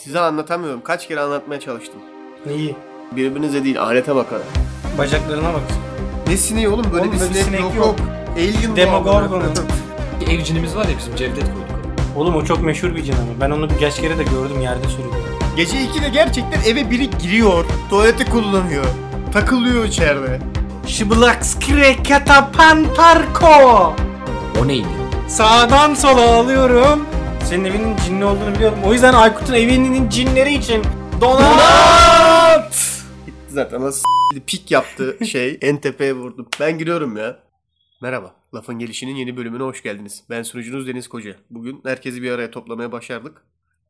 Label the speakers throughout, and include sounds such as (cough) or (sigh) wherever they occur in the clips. Speaker 1: Size anlatamıyorum. Kaç kere anlatmaya çalıştım.
Speaker 2: Neyi?
Speaker 1: Birbirinize değil alete bakarak.
Speaker 2: Bacaklarına bak.
Speaker 1: Ne sineği oğlum? Böyle
Speaker 2: Oğlum
Speaker 1: bir
Speaker 2: böyle
Speaker 1: sinek,
Speaker 2: sinek
Speaker 1: yok. yok.
Speaker 2: yok.
Speaker 1: Alien bu
Speaker 2: Demogorgon.
Speaker 1: adam.
Speaker 3: Evcinimiz var ya bizim Cevdet koyduk.
Speaker 2: Oğlum o çok meşhur bir canavar. Ben onu birkaç kere de gördüm yerde sürüyor.
Speaker 1: Gece 2'de gerçekten eve biri giriyor. Tuvaleti kullanıyor. Takılıyor içeride.
Speaker 2: Şıbılak skrekatapan parko.
Speaker 3: O neydi?
Speaker 2: Sağdan sola alıyorum. Senin evinin cinli olduğunu biliyorum. O yüzden Aykut'un evinin cinleri için donat.
Speaker 1: Gitti zaten. Nasıl pik
Speaker 2: (laughs)
Speaker 1: yaptı şey. En tepeye vurdu. Ben giriyorum ya. Merhaba. Lafın Gelişi'nin yeni bölümüne hoş geldiniz. Ben sunucunuz Deniz Koca. Bugün herkesi bir araya toplamaya başardık.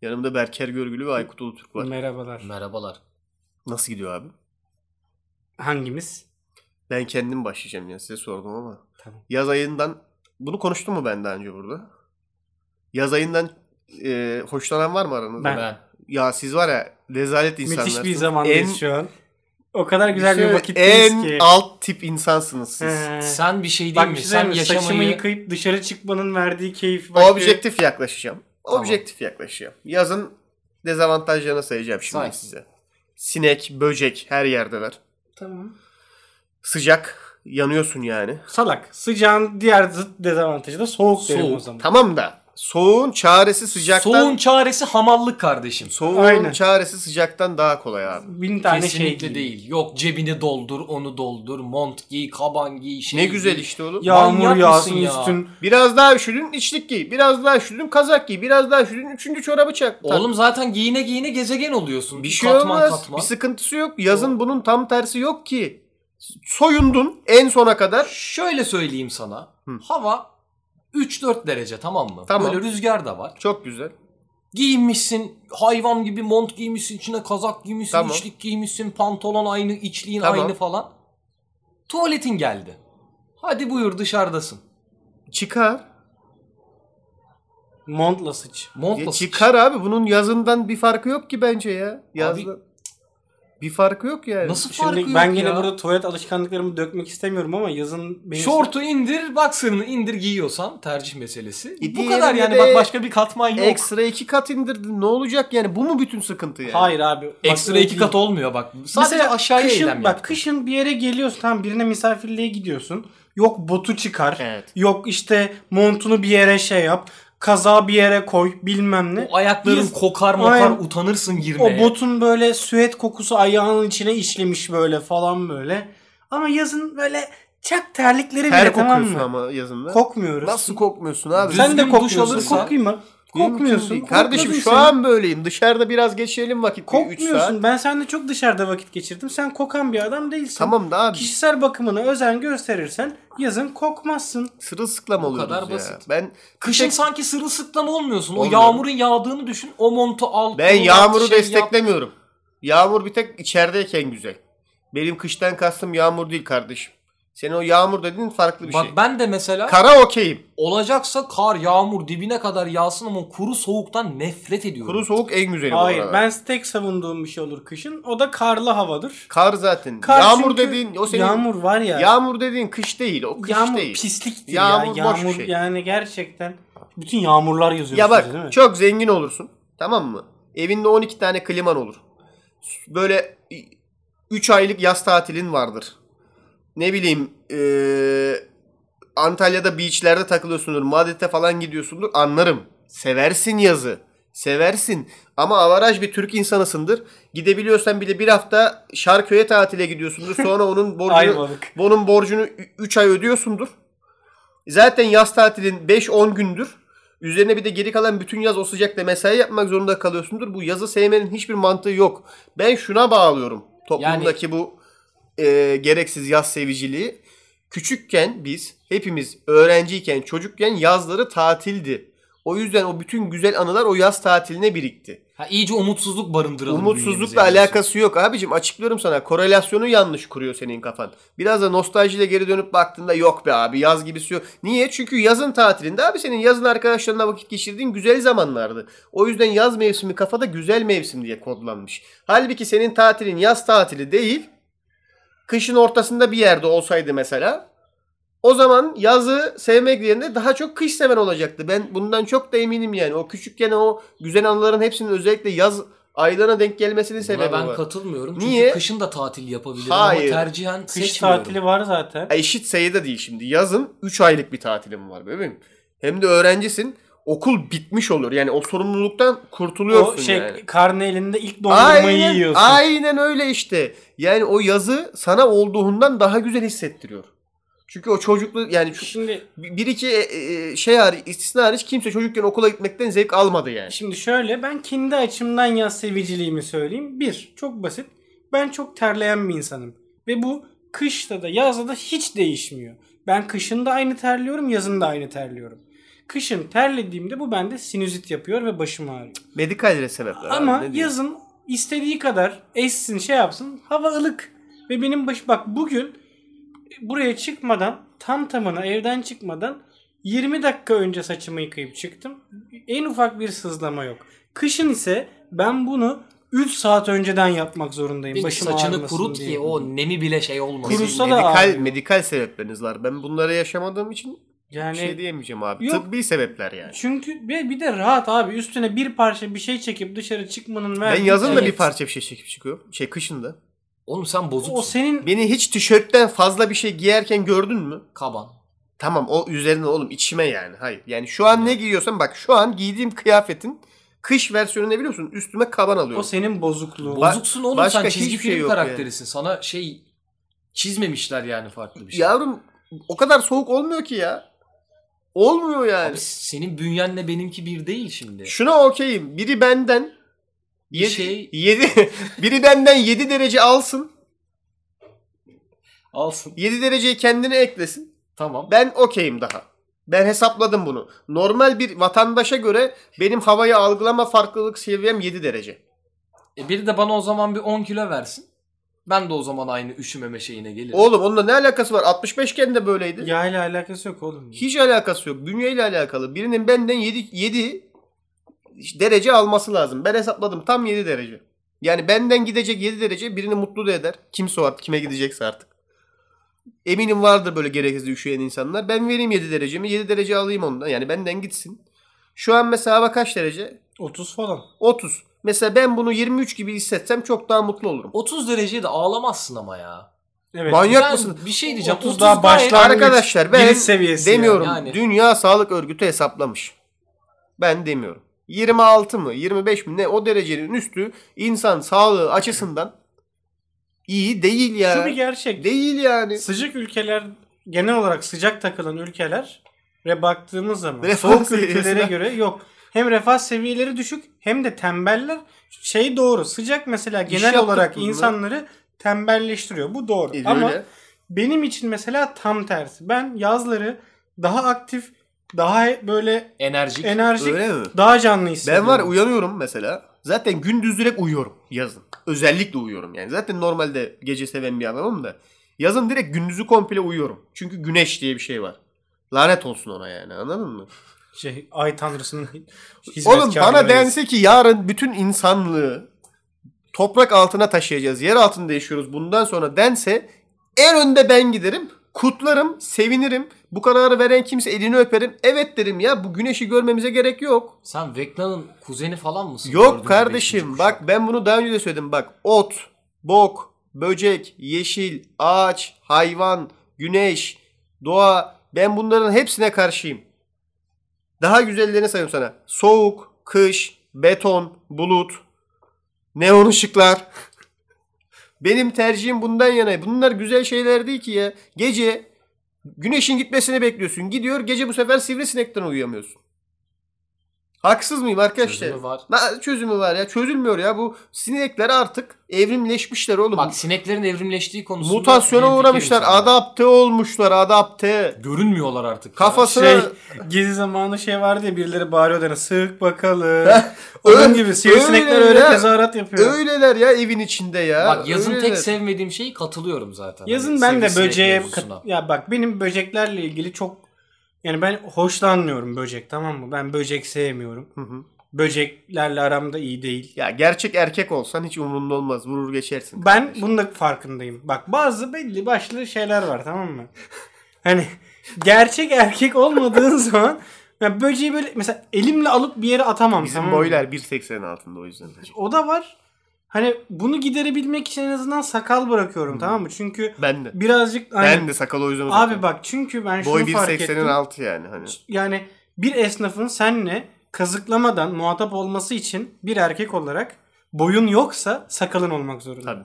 Speaker 1: Yanımda Berker Görgülü ve Aykut Ulutürk var.
Speaker 2: Merhabalar.
Speaker 3: Merhabalar.
Speaker 1: Nasıl gidiyor abi?
Speaker 2: Hangimiz?
Speaker 1: Ben kendim başlayacağım ya size sordum ama.
Speaker 2: Tamam.
Speaker 1: Yaz ayından bunu konuştum mu ben daha önce burada? Yaz ayından e, hoşlanan var mı aranızda?
Speaker 2: Ben.
Speaker 1: Ya siz var ya rezalet insanlarsınız.
Speaker 2: Müthiş bir zamandayız
Speaker 1: En-
Speaker 2: şu an. O kadar güzel bir
Speaker 1: Şöyle
Speaker 2: vakitteyiz
Speaker 1: En
Speaker 2: ki.
Speaker 1: alt tip insansınız siz.
Speaker 2: He.
Speaker 3: Sen bir şey değil
Speaker 2: Bak
Speaker 3: mi?
Speaker 2: bir şey
Speaker 3: Sen
Speaker 2: söyleyeyim mi?
Speaker 3: yaşamayı...
Speaker 2: saçımı yıkayıp dışarı çıkmanın verdiği keyif. bak. e,
Speaker 1: Objektif yaklaşacağım.
Speaker 3: Tamam.
Speaker 1: Objektif yaklaşacağım. Yazın dezavantajlarını sayacağım şimdi
Speaker 3: Say.
Speaker 1: size. Sinek, böcek her yerdeler.
Speaker 2: Tamam.
Speaker 1: Sıcak, yanıyorsun yani.
Speaker 2: Salak. Sıcağın diğer zıt dezavantajı da soğuk, derim o
Speaker 3: Soğuk.
Speaker 2: zaman.
Speaker 1: Tamam da soğuğun çaresi sıcaktan
Speaker 3: Soğun çaresi hamallık kardeşim.
Speaker 1: soğuğun
Speaker 2: Aynen.
Speaker 1: çaresi sıcaktan daha kolay abi.
Speaker 2: Bin tane
Speaker 3: Kesinlikle
Speaker 2: şey
Speaker 3: değil. Yok cebini doldur, onu doldur, mont giy, kaban giy, şey
Speaker 1: Ne güzel
Speaker 3: giy.
Speaker 1: işte oğlum.
Speaker 2: Yağmur
Speaker 3: Manyak
Speaker 2: yağsın
Speaker 3: mısın ya?
Speaker 2: üstün.
Speaker 1: Biraz daha üşüdün içlik giy. Biraz daha üşüdün kazak giy. Biraz daha üşüdün üçüncü çorabı çak. Tak.
Speaker 3: Oğlum zaten giyine giyine gezegen oluyorsun.
Speaker 1: bir şey
Speaker 3: katman
Speaker 1: olmaz.
Speaker 3: katman.
Speaker 1: Bir sıkıntısı yok. Yazın bunun tam tersi yok ki. Soyundun en sona kadar.
Speaker 3: Şöyle söyleyeyim sana.
Speaker 1: Hı.
Speaker 3: Hava 3-4 derece tamam mı?
Speaker 1: Tamam.
Speaker 3: Böyle rüzgar da var.
Speaker 1: Çok güzel.
Speaker 3: Giyinmişsin hayvan gibi mont giymişsin, içine kazak giymişsin,
Speaker 1: Tamam.
Speaker 3: içlik giymişsin, pantolon aynı, içliğin
Speaker 1: Tamam.
Speaker 3: aynı falan. Tuvaletin geldi. Hadi buyur dışarıdasın.
Speaker 1: Çıkar.
Speaker 2: Montla sıç.
Speaker 3: Montla
Speaker 1: Ya
Speaker 3: sıç.
Speaker 1: çıkar abi. Bunun yazından bir farkı yok ki bence ya. Yazda.
Speaker 3: Abi-
Speaker 1: Bir farkı yok yani.
Speaker 3: Nasıl farkı
Speaker 2: Şimdi
Speaker 3: yok
Speaker 2: ben gene
Speaker 3: ya?
Speaker 2: burada tuvalet alışkanlıklarımı dökmek istemiyorum ama yazın beni...
Speaker 3: Şortu indir, boxer'ını indir giyiyorsan tercih meselesi.
Speaker 1: E
Speaker 3: Bu
Speaker 1: diğerine
Speaker 3: kadar yani
Speaker 1: de
Speaker 3: bak başka bir katman yok. Ekstra,
Speaker 1: Ekstra iki kat indirdin. Ne olacak yani? Bu mu bütün sıkıntı yani?
Speaker 2: Hayır abi. bak o
Speaker 3: iki
Speaker 2: değil.
Speaker 3: kat olmuyor bak. Sadece
Speaker 2: Mesela
Speaker 3: aşağıya
Speaker 2: kışın,
Speaker 3: eylem
Speaker 2: Bak
Speaker 3: yap.
Speaker 2: kışın bir yere geliyorsun tam birine misafirliğe gidiyorsun. Yok botu çıkar.
Speaker 1: Evet.
Speaker 2: Yok işte montunu bir yere şey yap. Kazağı bir yere koy bilmem ne.
Speaker 3: O ayakların
Speaker 2: Biz-
Speaker 3: kokar mokar
Speaker 2: Aynen.
Speaker 3: utanırsın
Speaker 2: O
Speaker 3: girmeye.
Speaker 2: botun böyle süet kokusu ayağının içine işlemiş böyle falan böyle. Ama yazın böyle çak terlikleri
Speaker 1: Ter
Speaker 2: bile tamam
Speaker 1: kokuyorsun
Speaker 2: mı?
Speaker 1: ama yazında.
Speaker 2: Kokmuyoruz.
Speaker 1: Nasıl kokmuyorsun abi?
Speaker 3: Düz-
Speaker 2: Sen de
Speaker 3: Düzgün duş
Speaker 2: kokmuyorsun.
Speaker 3: alırsan-
Speaker 2: Kokayım mı?
Speaker 1: Mümkün
Speaker 2: Kokmuyorsun.
Speaker 1: değil. Kardeşim
Speaker 2: kokladın
Speaker 1: şu
Speaker 2: sen.
Speaker 1: an böyleyim. Dışarıda biraz geçirelim vakit. Kokmuyorsun. Saat.
Speaker 2: kokmuyorsun. Ben seninle çok dışarıda vakit geçirdim. Sen kokan bir adam değilsin.
Speaker 1: Tamam da abi.
Speaker 2: Kişisel bakımına özen gösterirsen yazın kokmazsın.
Speaker 1: Sırılsıklam
Speaker 3: O kadar
Speaker 1: oluyoruz ya.
Speaker 3: basit.
Speaker 1: Ben
Speaker 3: Kışın
Speaker 1: kışın
Speaker 3: sanki sırılsıklam olmuyorsun. O
Speaker 1: Olmuyorum.
Speaker 3: yağmurun yağdığını düşün. O montu al.
Speaker 1: ben
Speaker 3: kurulat,
Speaker 1: yağmuru
Speaker 3: şey yap.
Speaker 1: desteklemiyorum. Yağmur bir tek içerideyken güzel. Benim kıştan kastım yağmur değil kardeşim. Senin o yağmur dediğin farklı bir
Speaker 3: Bak
Speaker 1: şey.
Speaker 3: ben de mesela
Speaker 1: Kara okeyim.
Speaker 3: olacaksa kar, yağmur dibine kadar yağsın ama kuru soğuktan nefret ediyorum.
Speaker 1: Kuru soğuk en güzeli bu
Speaker 2: Hayır
Speaker 1: arada.
Speaker 2: ben tek savunduğum bir şey olur kışın. O da karlı havadır.
Speaker 1: Kar zaten.
Speaker 2: Kar
Speaker 1: yağmur
Speaker 2: çünkü-
Speaker 1: dediğin o senin
Speaker 2: Yağmur var ya.
Speaker 1: Yağmur dediğin kış değil. O kış
Speaker 2: yağmur
Speaker 1: değil.
Speaker 2: pisliktir
Speaker 1: Yağmur boş
Speaker 2: ya. Yağmur
Speaker 1: bir şey.
Speaker 2: yani gerçekten. Bütün yağmurlar yazıyorsunuz
Speaker 1: Ya
Speaker 2: değil mi?
Speaker 1: bak çok zengin olursun. Tamam mı? Evinde 12 tane kliman olur. Böyle 3 aylık yaz tatilin vardır. Ne bileyim eee, Antalya'da beachlerde takılıyorsundur. Madrid'e falan gidiyorsundur. Anlarım. Seversin yazı. Seversin. Ama avaraj bir Türk insanısındır. Gidebiliyorsan bile bir hafta Şarköy'e tatile gidiyorsundur. Sonra
Speaker 2: (laughs)
Speaker 1: onun borcunu,
Speaker 2: Ayvalık.
Speaker 1: Bunun borcunu 3 ay ödüyorsundur. Zaten yaz tatilin 5-10 gündür. Üzerine bir de geri kalan bütün yaz o sıcakta mesai yapmak zorunda kalıyorsundur. Bu yazı sevmenin hiçbir mantığı yok. Ben şuna bağlıyorum toplumdaki bu e, gereksiz yaz seviciliği. Küçükken biz hepimiz öğrenciyken çocukken yazları tatildi. O yüzden o bütün güzel anılar o yaz tatiline birikti.
Speaker 3: Ha, iyice umutsuzluk barındıralım.
Speaker 1: Umutsuzlukla
Speaker 3: bünyemize.
Speaker 1: alakası yok abicim açıklıyorum sana. Korelasyonu yanlış kuruyor senin kafan. Biraz da nostaljiyle geri dönüp baktığında yok be abi yaz gibisi yok. Niye? Çünkü yazın tatilinde abi senin yazın arkadaşlarına vakit geçirdiğin güzel zamanlardı. O yüzden yaz mevsimi kafada güzel mevsim diye kodlanmış. Halbuki senin tatilin yaz tatili değil. Kışın ortasında bir yerde olsaydı mesela o zaman yazı sevmek yerine daha çok kış seven olacaktı. Ben bundan çok da eminim yani. O küçükken o güzel anıların hepsinin özellikle yaz aylarına denk gelmesinin
Speaker 3: Buna
Speaker 1: sebebi
Speaker 3: ben
Speaker 1: var.
Speaker 3: katılmıyorum.
Speaker 1: Niye?
Speaker 3: Çünkü kışın da tatil yapabilirim
Speaker 1: Hayır.
Speaker 3: ama tercihen kış
Speaker 2: Kış
Speaker 3: diyorum.
Speaker 2: tatili var zaten.
Speaker 1: E, Eşit sayıda değil şimdi. Yazın 3 aylık bir tatilim var bebeğim. Hem de öğrencisin. Okul bitmiş olur. Yani o sorumluluktan kurtuluyorsun
Speaker 2: O şey
Speaker 1: yani.
Speaker 2: karne elinde ilk dondurmayı
Speaker 1: Aynen,
Speaker 2: yiyorsun.
Speaker 1: aynen öyle işte. Yani o yazı sana olduğundan daha güzel hissettiriyor. Çünkü o çocukluk yani şu-
Speaker 2: Şimdi
Speaker 1: bir iki e, e, şey hariç istisna hariç kimse çocukken okula gitmekten zevk almadı yani.
Speaker 2: Şimdi şöyle ben kendi açımdan yaz seviciliğimi söyleyeyim. Bir, çok basit. Ben çok terleyen bir insanım. Ve bu kışta da yazda da hiç değişmiyor. Ben kışın da aynı terliyorum, yazın da aynı terliyorum. Kışın terlediğimde bu bende sinüzit yapıyor ve başım ağrıyor.
Speaker 1: Medikal sebepler.
Speaker 2: Ama
Speaker 1: abi, ne diyeyim?
Speaker 2: yazın istediği kadar essin şey yapsın hava ılık. Ve benim baş bak bugün buraya çıkmadan tam tamına evden çıkmadan 20 dakika önce saçımı yıkayıp çıktım. En ufak bir sızlama yok. Kışın ise ben bunu 3 saat önceden yapmak zorundayım.
Speaker 3: Bir
Speaker 2: başım
Speaker 3: saçını
Speaker 2: ağrımasın
Speaker 3: kurut
Speaker 2: diye.
Speaker 3: ki o nemi bile şey olmasın.
Speaker 2: Kurusa da
Speaker 1: medikal
Speaker 2: ağrıyor.
Speaker 1: medikal sebepleriniz var. Ben bunları yaşamadığım için
Speaker 2: yani
Speaker 1: bir şey diyemeyeceğim abi.
Speaker 2: Yok.
Speaker 1: Tıbbi sebepler yani.
Speaker 2: çünkü bir bir de rahat abi üstüne bir parça bir şey çekip dışarı çıkmanın
Speaker 1: Ben
Speaker 2: verdiği
Speaker 1: yazın da
Speaker 2: keyif.
Speaker 1: bir parça bir şey çekip çıkıyorum. Şey kışın da.
Speaker 3: Oğlum sen
Speaker 2: o
Speaker 3: bozuksun.
Speaker 2: senin
Speaker 1: Beni hiç tişörtten fazla bir şey giyerken gördün mü?
Speaker 3: Kaban.
Speaker 1: Tamam o üzerine oğlum içime yani. Hayır. Yani şu an ne giyiyorsam bak şu an giydiğim kıyafetin kış versiyonu ne biliyorsun? Üstüme kaban
Speaker 2: o
Speaker 1: alıyorum.
Speaker 2: senin bozukluğu.
Speaker 1: Ba-
Speaker 3: Bozuksun oğlum
Speaker 1: başka
Speaker 3: sen çizgi
Speaker 1: hiçbir şey
Speaker 3: film
Speaker 1: yok
Speaker 3: karakterisin. Sana şey çizmemişler yani farklı bir şey.
Speaker 1: Yavrum o kadar soğuk olmuyor ki ya. Olmuyor yani.
Speaker 3: Abi senin bünyenle benimki bir değil şimdi.
Speaker 1: Şuna okeyim. Biri benden
Speaker 3: Bir
Speaker 1: yedi,
Speaker 3: şey-
Speaker 1: yedi- (laughs) biri benden 7 derece alsın.
Speaker 3: Alsın.
Speaker 1: 7 dereceyi kendine eklesin.
Speaker 3: Tamam.
Speaker 1: Ben okeyim daha. Ben hesapladım bunu. Normal bir vatandaşa göre benim havayı algılama farklılık seviyem 7 derece.
Speaker 3: E biri de bana o zaman bir 10 kilo versin. Ben de o zaman aynı üşümeme şeyine gelirim.
Speaker 1: Oğlum onunla ne alakası var? 65 iken de böyleydi.
Speaker 2: Yağıyla alakası yok oğlum.
Speaker 1: Hiç alakası yok. Bünyeyle alakalı. Birinin benden 7, derece alması lazım. Ben hesapladım tam 7 derece. Yani benden gidecek 7 derece birini mutlu da eder. Kimse o artık kime gidecekse artık. Eminim vardır böyle gereksiz üşüyen insanlar. Ben vereyim 7 derecemi 7 derece alayım ondan. Yani benden gitsin. Şu an mesela hava kaç derece?
Speaker 2: 30 falan.
Speaker 1: 30. Mesela ben bunu 23 gibi hissetsem çok daha mutlu olurum.
Speaker 3: 30 dereceye de ağlamazsın ama ya.
Speaker 2: Evet.
Speaker 1: Manyak
Speaker 3: Ben
Speaker 1: mısın?
Speaker 3: Bir şey diyeceğim.
Speaker 2: 30
Speaker 3: 30,
Speaker 2: daha
Speaker 3: daha
Speaker 2: başlar. Başlangıç,
Speaker 1: Arkadaşlar ben
Speaker 2: giriş seviyesi
Speaker 1: demiyorum.
Speaker 3: yani.
Speaker 1: Dünya Sağlık Örgütü hesaplamış. Ben demiyorum. 26 mı 25 mi ne o derecenin üstü insan sağlığı açısından iyi değil ya.
Speaker 2: Şu bir gerçek.
Speaker 1: Değil yani.
Speaker 2: Sıcak ülkeler genel olarak sıcak takılan ülkelere baktığımız zaman
Speaker 1: Refah
Speaker 2: soğuk
Speaker 1: seviyesine-
Speaker 2: ülkelere göre yok. Hem refah seviyeleri düşük hem de tembeller şey doğru. Sıcak mesela genel
Speaker 1: yaptık
Speaker 2: olarak
Speaker 1: bunu.
Speaker 2: insanları tembelleştiriyor. Bu doğru.
Speaker 1: E,
Speaker 2: Ama
Speaker 1: öyle.
Speaker 2: benim için mesela tam tersi. Ben yazları daha aktif, daha böyle
Speaker 3: Enerjik.
Speaker 2: enerjik,
Speaker 1: Öyle mi?
Speaker 2: daha canlı
Speaker 1: Ben
Speaker 2: hissediyorum.
Speaker 1: var ya uyanıyorum mesela. Zaten gündüz direkt uyuyorum yazın. Özellikle uyuyorum yani. Zaten normalde gece seven bir adamım da. Yazın direkt gündüzü komple uyuyorum. Çünkü güneş diye bir şey var. Lanet olsun ona yani anladın mı?
Speaker 2: şey, ay tanrısının
Speaker 1: Oğlum bana
Speaker 2: hizmetkarlarıyız.
Speaker 1: dense ki yarın bütün insanlığı toprak altına taşıyacağız. Yer altında yaşıyoruz bundan sonra dense en önde ben giderim. Kutlarım, sevinirim. Bu kararı veren kimse elini öperim. Evet derim ya bu güneşi görmemize gerek yok.
Speaker 3: Sen Vekna'nın kuzeni falan mısın?
Speaker 1: Yok
Speaker 3: Dördüncü, beşinci
Speaker 1: kardeşim
Speaker 3: kuşak.
Speaker 1: bak ben bunu daha önce de söyledim. Bak ot, bok, böcek, yeşil, ağaç, hayvan, güneş, doğa ben bunların hepsine karşıyım. Daha güzellerini sayayım sana. Soğuk, kış, beton, bulut, neon ışıklar. (laughs) Benim tercihim bundan yana. Bunlar güzel şeyler değil ki ya. Gece güneşin gitmesini bekliyorsun. Gidiyor gece bu sefer sivrisinekten uyuyamıyorsun. Haksız mıyım arkadaşlar?
Speaker 3: Çözümü var.
Speaker 1: Na- çözümü var ya. Çözülmüyor ya. Bu sinekler artık evrimleşmişler oğlum.
Speaker 3: Bak sineklerin evrimleştiği konusunda
Speaker 1: Mutasyona
Speaker 3: hemfikirim
Speaker 1: uğramışlar.
Speaker 3: seninle.
Speaker 1: Adapte olmuşlar. Adapte.
Speaker 3: Görünmüyorlar artık.
Speaker 1: Kafası-
Speaker 2: Şey, gezi zamanı şey vardı ya birileri bağırıyordu hani sık bakalım.
Speaker 1: (laughs) Öyle-
Speaker 2: Onun gibi sivrisinekler öyle
Speaker 1: öyle.
Speaker 2: tezahürat yapıyor.
Speaker 1: Öyleler ya evin içinde ya.
Speaker 3: ya. Bak yazın
Speaker 1: Öyleler.
Speaker 3: tek sevmediğim şeyi katılıyorum zaten.
Speaker 2: Yazın
Speaker 3: Hani
Speaker 2: ben de
Speaker 3: sivrisinek
Speaker 2: böceğe
Speaker 3: mevzusuna.
Speaker 2: kat- ya bak benim böceklerle ilgili çok yani ben hoşlanmıyorum böcek tamam mı? Ben böcek sevmiyorum.
Speaker 1: Hı hı.
Speaker 2: Böceklerle aramda iyi değil.
Speaker 1: Ya gerçek erkek olsan hiç umurunda olmaz. Vurur geçersin.
Speaker 2: Ben bunun da farkındayım. Bak bazı belli başlı şeyler var tamam mı? Hani gerçek erkek olmadığın (laughs) zaman ya böceği böyle mesela elimle alıp bir yere atamam
Speaker 1: Bizim
Speaker 2: tamam mı?
Speaker 1: boylar 1.80 altında o yüzden.
Speaker 2: O da var. Hani bunu giderebilmek için en azından sakal bırakıyorum tamam mı? Çünkü
Speaker 1: Ben de.
Speaker 2: birazcık hani-
Speaker 1: Ben de sakal o yüzden uzatıyorum.
Speaker 2: Abi bak çünkü ben şunu
Speaker 1: Boy
Speaker 2: fark ettim.
Speaker 1: 1.80'in altı yani. Hani.
Speaker 2: Yani bir esnafın senle kazıklamadan muhatap olması için bir erkek olarak boyun yoksa sakalın olmak zorunda.
Speaker 1: Tabii.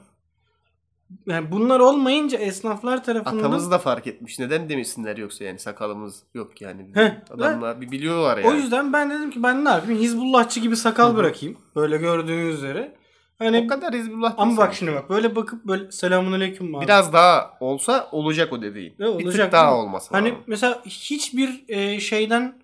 Speaker 2: Yani bunlar olmayınca esnaflar tarafından
Speaker 1: Atamız da fark etmiş. Neden demesinler yoksa yani sakalımız yok yani.
Speaker 2: Heh,
Speaker 1: Adamlar bir biliyorlar yani.
Speaker 2: o yüzden ben dedim ki ben ne yapayım Hizbullahçı gibi sakal bırakayım. Böyle gördüğünüz üzere. Hani
Speaker 1: o kadar Hizbullah
Speaker 2: ama
Speaker 1: değil
Speaker 2: bak
Speaker 1: sanki.
Speaker 2: şimdi bak böyle bakıp böyle selamun aleyküm abi.
Speaker 1: Biraz daha olsa olacak o dediğin.
Speaker 2: Ne
Speaker 1: bir
Speaker 2: olacak
Speaker 1: tık daha
Speaker 2: değil mi?
Speaker 1: olması
Speaker 2: Hani
Speaker 1: lazım.
Speaker 2: mesela hiçbir e, şeyden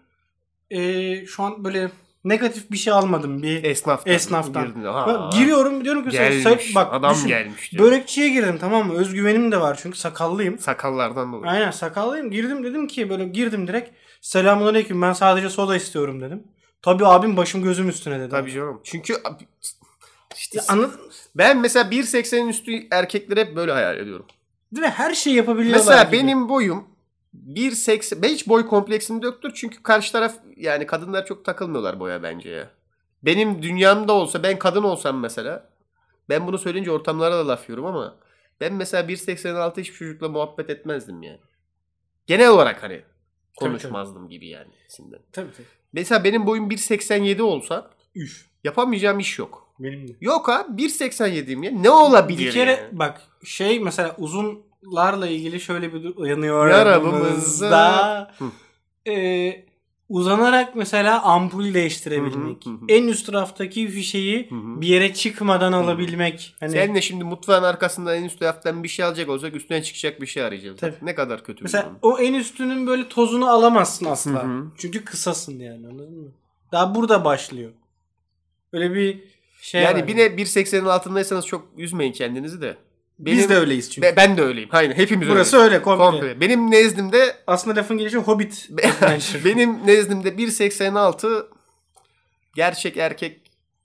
Speaker 2: e, şu an böyle negatif bir şey almadım bir
Speaker 1: Esnaftan.
Speaker 2: esnaftan.
Speaker 1: Girdin de, ha,
Speaker 2: Ben giriyorum diyorum ki
Speaker 1: E, Gelmiş.
Speaker 2: say- bak
Speaker 1: Adam
Speaker 2: düşün,
Speaker 1: gelmiş diyor.
Speaker 2: Börekçiye girdim tamam mı? Özgüvenim de var çünkü sakallıyım.
Speaker 1: Sakallardan dolayı.
Speaker 2: Aynen sakallıyım. Girdim dedim ki böyle girdim direkt. Selamünaleyküm ben sadece soda istiyorum dedim. Tabii abim başım gözüm üstüne dedi.
Speaker 1: Tabii canım. Çünkü abi- işte
Speaker 2: Ya anladın mı?
Speaker 1: ben mesela 1.80'in üstü erkekleri hep böyle hayal ediyorum.
Speaker 2: Değil mi? Her şeyi yapabiliyorlar
Speaker 1: Mesela
Speaker 2: gibi.
Speaker 1: benim boyum 1.80 ben hiç boy kompleksim de yoktur çünkü karşı taraf yani kadınlar çok takılmıyorlar boya bence ya. Benim dünyamda olsa ben kadın olsam mesela ben bunu söyleyince ortamlara da laf yiyorum ama ben mesela 1.86 hiçbir çocukla muhabbet etmezdim yani. Genel olarak hani konuşmazdım gibi yani. Şimdi.
Speaker 2: Tabii tabii.
Speaker 1: Mesela benim boyum 1.87 olsa
Speaker 2: Üf.
Speaker 1: yapamayacağım iş yok.
Speaker 2: Benim de.
Speaker 1: Yok abi 1.87'yim ya. Ne olabilir
Speaker 2: Bir kere
Speaker 1: yani?
Speaker 2: bak şey mesela uzunlarla ilgili şöyle bir dur- yanıyor
Speaker 1: Yaramızda.
Speaker 2: yaramızda.
Speaker 1: Hı.
Speaker 2: Ee, uzanarak mesela ampul değiştirebilmek.
Speaker 1: Hı hı, hı hı.
Speaker 2: En üst taraftaki fişeği
Speaker 1: Hı hı.
Speaker 2: bir yere çıkmadan alabilmek. Hani
Speaker 1: Sen de şimdi mutfağın arkasından en üst taraftan bir şey alacak olsak üstüne çıkacak bir şey arayacağız.
Speaker 2: Tabii.
Speaker 1: Ne kadar kötü bir
Speaker 2: mesela
Speaker 1: durum.
Speaker 2: o en üstünün böyle tozunu alamazsın asla.
Speaker 1: Hı hı.
Speaker 2: Çünkü kısasın yani anladın mı? Daha burada başlıyor. Böyle bir şey
Speaker 1: Yani
Speaker 2: var.
Speaker 1: bir ne 1.80'in altındaysanız çok üzmeyin kendinizi de. Benim-
Speaker 2: Biz de öyleyiz çünkü.
Speaker 1: Be- ben de öyleyim. Aynen hepimiz
Speaker 2: Burası
Speaker 1: öyleyiz.
Speaker 2: öyle komple.
Speaker 1: Komple. Benim nezdimde
Speaker 2: Aslında lafın gelişi Hobbit.
Speaker 1: (laughs)
Speaker 2: Adventure.
Speaker 1: benim nezdimde 1.86 gerçek erkek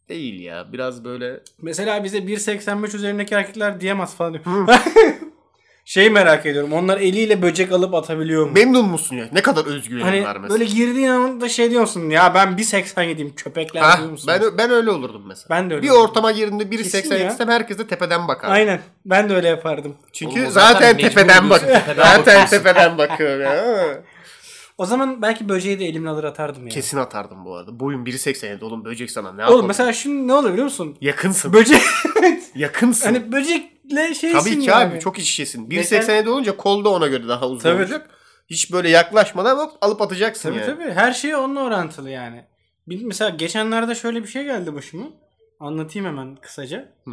Speaker 1: değil ya. Biraz böyle
Speaker 2: Mesela bize 1.85 üzerindeki erkekler diyemez falan diyor. (laughs) şey merak ediyorum. Onlar eliyle böcek alıp atabiliyor mu?
Speaker 1: memnun musun ya? Ne kadar özgüvenin
Speaker 2: hani
Speaker 1: var mesela.
Speaker 2: böyle girdiğin anda şey diyorsun ya ben 1.87'yim köpekler
Speaker 1: Ha,
Speaker 2: diyor şey musun?
Speaker 1: ben ö- ben öyle olururdum mesela.
Speaker 2: Ben de öyle
Speaker 1: Bir
Speaker 2: olurdum.
Speaker 1: ortama girdiğinde
Speaker 2: Kesin
Speaker 1: 1.80
Speaker 2: ya.
Speaker 1: istem herkes de tepeden bakar.
Speaker 2: Aynen. Ben de öyle yapardım.
Speaker 1: Çünkü
Speaker 3: Oğlum o
Speaker 1: zaten,
Speaker 3: zaten mecbur
Speaker 1: tepeden bak.
Speaker 3: diyorsun, tepeden
Speaker 1: zaten
Speaker 3: bakıyorsun.
Speaker 1: tepeden bakıyor ya.
Speaker 3: (laughs)
Speaker 2: O zaman belki böceği de elimle alır atardım ya.
Speaker 1: Kesin atardım bu arada. Boyun 1.87 oğlum böcek sana ne yapalım?
Speaker 2: Oğlum mesela şimdi ne oluyor biliyor musun?
Speaker 1: yakınsın.
Speaker 2: Böcek
Speaker 1: yakınsın.
Speaker 2: hani böcekle şeysin
Speaker 1: Tabii ki
Speaker 2: yani.
Speaker 1: abi çok iç şişesin. 1.87 olunca kol da ona göre daha uzun
Speaker 2: Tabii.
Speaker 1: olacak. Hiç böyle yaklaşmadan hop alıp atacaksın
Speaker 2: Tabii
Speaker 1: yani.
Speaker 2: tabii. Her şey onunla orantılı yani. Bir- Mesela geçenlerde şöyle bir şey geldi başıma. Anlatayım hemen kısaca.
Speaker 1: Hı.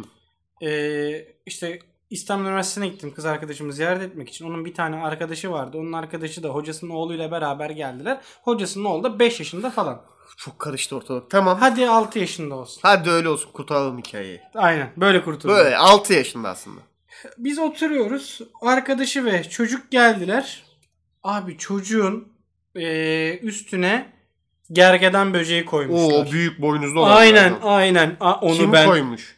Speaker 2: Ee, işte İstanbul Üniversitesi'ne gittim kız arkadaşımı ziyaret etmek için. Onun bir tane arkadaşı vardı. Onun arkadaşı da hocasının oğluyla beraber geldiler. Hocasının oğlu da 5 yaşında falan.
Speaker 1: Çok karıştı ortalık. Tamam. Hadi,
Speaker 2: Hadi 6 yaşında olsun.
Speaker 1: öyle olsun kurtaralım hikayeyi.
Speaker 2: Aynen böyle kurtuldum.
Speaker 1: Böyle 6 yaşında aslında.
Speaker 2: Biz oturuyoruz. Arkadaşı ve çocuk geldiler. Abi çocuğun ee, üstüne gergedan böceği koymuşlar.
Speaker 1: Oo büyük boynuzlu olan.
Speaker 2: Aynen
Speaker 1: adam.
Speaker 2: aynen. Aa, onu
Speaker 1: Kim
Speaker 2: ben
Speaker 1: koymuş?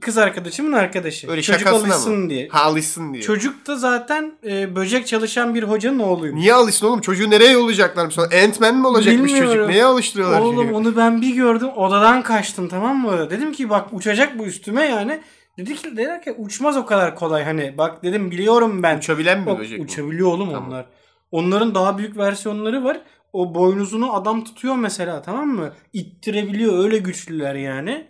Speaker 2: kız arkadaşımın arkadaşı.
Speaker 1: Öyle
Speaker 2: Çocuk
Speaker 1: şakasına
Speaker 2: alışsın
Speaker 1: mı?
Speaker 2: diye.
Speaker 1: Ha alışsın diye.
Speaker 2: Çocuk da zaten e, böcek çalışan bir hocanın oğluymuş.
Speaker 1: Niye alışsın oğlum? Çocuğu nereye yollayacaklarmış? Sonra Ant-Man mi olacakmış çocuk?
Speaker 2: Bilmiyorum.
Speaker 1: Neye alıştırıyorlar
Speaker 2: Oğlum
Speaker 1: çocuğu?
Speaker 2: onu ben bir gördüm odadan kaçtım tamam mı? Dedim ki bak uçacak bu üstüme yani. Dedi ki dediler ki uçmaz o kadar kolay hani. Bak dedim biliyorum ben.
Speaker 1: Uçabilen mi
Speaker 2: Bak,
Speaker 1: böcek? bu?
Speaker 2: uçabiliyor oğlum
Speaker 1: Tamam.
Speaker 2: onlar. Onların daha büyük versiyonları var. O boynuzunu adam tutuyor mesela tamam mı? İttirebiliyor öyle güçlüler yani.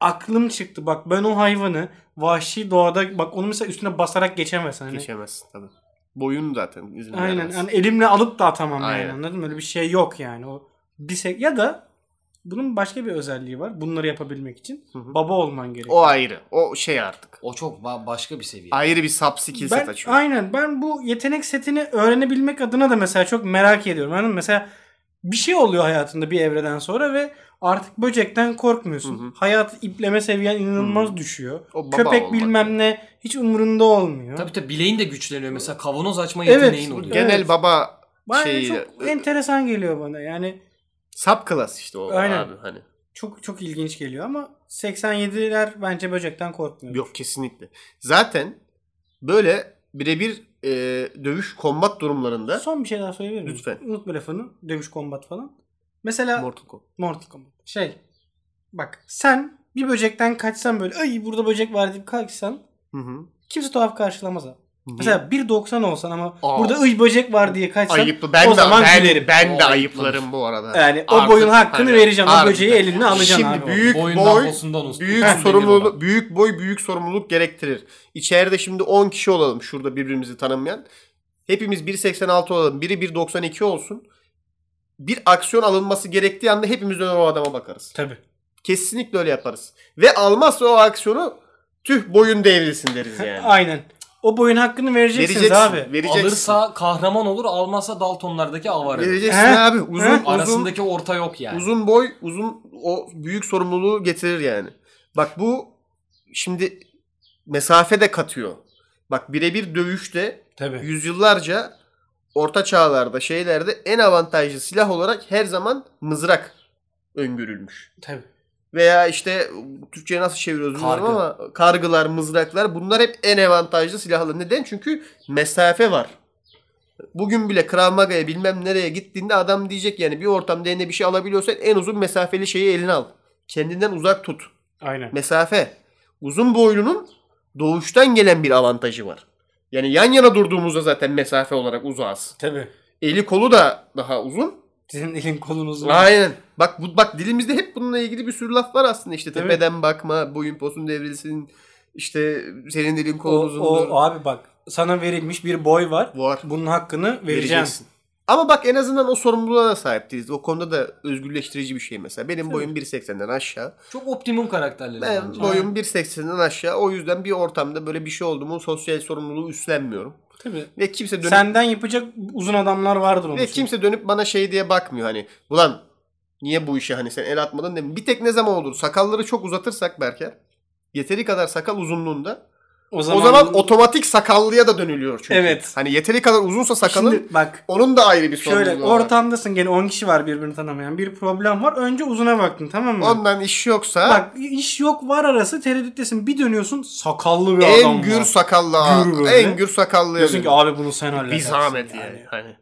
Speaker 2: Aklım çıktı bak ben o hayvanı vahşi doğada bak onu mesela üstüne basarak geçemez. Hani.
Speaker 1: Geçemezsin tabii. Boyun zaten izin
Speaker 2: Aynen
Speaker 1: vermez.
Speaker 2: hani elimle alıp da atamam
Speaker 1: Aynen.
Speaker 2: yani anladın mı? Öyle bir şey yok yani. O Bise ya da bunun başka bir özelliği var. Bunları yapabilmek için
Speaker 1: hı.
Speaker 2: baba olman gerekiyor.
Speaker 1: O ayrı. O şey artık.
Speaker 3: O çok ba- başka bir seviye.
Speaker 1: Ayrı bir sub skill set
Speaker 2: ben,
Speaker 1: açıyor.
Speaker 2: aynen ben bu yetenek setini öğrenebilmek adına da mesela çok merak ediyorum. Anladın mı? Mesela bir şey oluyor hayatında bir evreden sonra ve artık böcekten korkmuyorsun.
Speaker 1: Hı hı.
Speaker 2: Hayat ipleme seviyen inanılmaz düşüyor.
Speaker 1: O baba
Speaker 2: Köpek
Speaker 1: olmak.
Speaker 2: bilmem ne hiç umurunda olmuyor.
Speaker 3: Tabii tabii bileğin de güçleniyor. Mesela kavanoz açma
Speaker 2: Evet.
Speaker 3: yeteneğin
Speaker 1: Bu
Speaker 3: oluyor.
Speaker 1: Genel
Speaker 2: Evet.
Speaker 1: baba
Speaker 2: Bana
Speaker 1: şeyi.
Speaker 2: çok enteresan geliyor bana. Yani
Speaker 1: Sub class işte o
Speaker 2: Aynen.
Speaker 1: abi hani.
Speaker 2: çok çok ilginç geliyor ama 87'ler bence böcekten korkmuyor.
Speaker 1: Yok kesinlikle. Zaten böyle birebir e, dövüş kombat durumlarında
Speaker 2: Son bir şey daha söyleyebilir miyim?
Speaker 1: Lütfen.
Speaker 2: Unutma lafını. Dövüş kombat falan. Mesela
Speaker 1: Mortal Kombat.
Speaker 2: Mortal Kombat. Şey. Bak sen bir böcekten kaçsan böyle ay burada böcek var deyip kalksan
Speaker 1: Hı hı.
Speaker 2: kimse tuhaf karşılamaz ha.
Speaker 1: Niye?
Speaker 2: Mesela 1.90 olsan ama
Speaker 1: Aa.
Speaker 2: burada ay böcek var diye kaçsan
Speaker 1: ayıplı. Ben
Speaker 2: o
Speaker 1: de
Speaker 2: zaman
Speaker 1: ben,
Speaker 2: gülerim.
Speaker 1: ben de
Speaker 3: O
Speaker 1: ayıplarım bu arada.
Speaker 2: Yani o boyun hakkını vereceğim. O böceği eline alacaksın
Speaker 1: Şimdi
Speaker 2: abi.
Speaker 1: büyük
Speaker 3: Boyundan
Speaker 1: boy
Speaker 3: bosundan olsun.
Speaker 1: büyük
Speaker 3: Demir olan.
Speaker 1: sorumluluk büyük boy büyük sorumluluk gerektirir. İçeride şimdi 10 kişi olalım şurada birbirimizi tanımayan. Hepimiz 1.86 olalım. Biri 1.92 olsun. Bir aksiyon alınması gerektiği anda hepimiz döner o adama bakarız.
Speaker 2: Tabii.
Speaker 1: Kesinlikle öyle yaparız. Ve almazsa o aksiyonu tüh boyun devrilsin deriz
Speaker 2: (laughs)
Speaker 1: yani.
Speaker 2: Aynen. O boyun hakkını vereceksiniz
Speaker 1: vereceksin
Speaker 2: abi.
Speaker 1: Vereceksin.
Speaker 3: Alırsa kahraman olur, almazsa Daltonlardaki avare.
Speaker 1: vereceksin
Speaker 2: He?
Speaker 1: abi. Uzun
Speaker 2: He?
Speaker 1: uzun
Speaker 3: Arasındaki orta yok yani.
Speaker 1: uzun boy uzun o büyük sorumluluğu getirir yani. Bak bu şimdi mesafe de katıyor. Bak birebir dövüşte
Speaker 2: Tabii.
Speaker 1: yüzyıllarca orta çağlarda şeylerde en avantajlı silah olarak her zaman mızrak öngörülmüş.
Speaker 2: Tabii.
Speaker 1: Veya işte Türkçe'ye nasıl çeviriyoruz bilmiyorum
Speaker 3: Kargı.
Speaker 1: ama kargılar, mızraklar bunlar hep en avantajlı silahlar. Neden? Çünkü mesafe var. Bugün bile Krav Maga'ya bilmem nereye gittiğinde adam diyecek yani bir ortamda eline bir şey alabiliyorsan en uzun mesafeli şeyi eline al. Kendinden uzak tut.
Speaker 2: Aynen.
Speaker 1: Mesafe. Uzun boylunun doğuştan gelen bir avantajı var. Yani yan yana durduğumuzda zaten mesafe olarak uzağız.
Speaker 2: Tabii.
Speaker 1: Eli kolu da daha uzun.
Speaker 2: Sizin (laughs) elin kolun uzun.
Speaker 1: Aynen. Bak bu bak dilimizde hep bununla ilgili bir sürü laf var aslında işte
Speaker 2: Tabii.
Speaker 1: tepeden bakma, boyun posun devrilsin, işte senin dilin
Speaker 2: O,
Speaker 1: kolun uzundur.
Speaker 2: o abi bak sana verilmiş bir boy var.
Speaker 1: Var.
Speaker 2: Bunun hakkını vereceksin.
Speaker 1: Vereceksin. Ama bak en azından o sorumluluğa da sahip değiliz. O konuda da özgürleştirici bir şey mesela. Benim boyum 1.80'den aşağı.
Speaker 3: Çok optimum karakterleri
Speaker 1: Ben
Speaker 3: bence.
Speaker 1: boyum 1.80'den aşağı. O yüzden bir ortamda böyle bir şey oldu mu sosyal sorumluluğu üstlenmiyorum.
Speaker 2: Tabii.
Speaker 1: Ve kimse dönüp
Speaker 2: Senden yapacak uzun adamlar vardır onun
Speaker 1: Ve
Speaker 2: için.
Speaker 1: kimse dönüp bana şey diye bakmıyor hani ulan niye bu işe hani sen el atmadın demiyor. Bir tek ne zaman olur? Sakalları çok uzatırsak Berker. Yeteri kadar sakal uzunluğunda.
Speaker 2: o
Speaker 1: O zaman otomatik sakallıya da dönülüyor çünkü.
Speaker 2: Evet.
Speaker 1: Hani yeteri kadar uzunsa sakalın
Speaker 2: Şimdi bak
Speaker 1: onun da ayrı bir sorunu
Speaker 2: şöyle ortamdasın gene 10 kişi var birbirini tanımayan. Bir problem var. Önce uzuna baktın tamam mı?
Speaker 1: Ondan iş yoksa
Speaker 2: Bak iş yok var arası tereddüttesin. Bir dönüyorsun sakallı bir adam
Speaker 1: en
Speaker 2: var.
Speaker 1: gür sakallı.
Speaker 2: Gür böyle.
Speaker 1: En gür sakallıya
Speaker 2: Diyorsun ki
Speaker 1: dönüyor.
Speaker 2: abi bunu sen halledersin.
Speaker 1: Bir zahmet yani. Hani.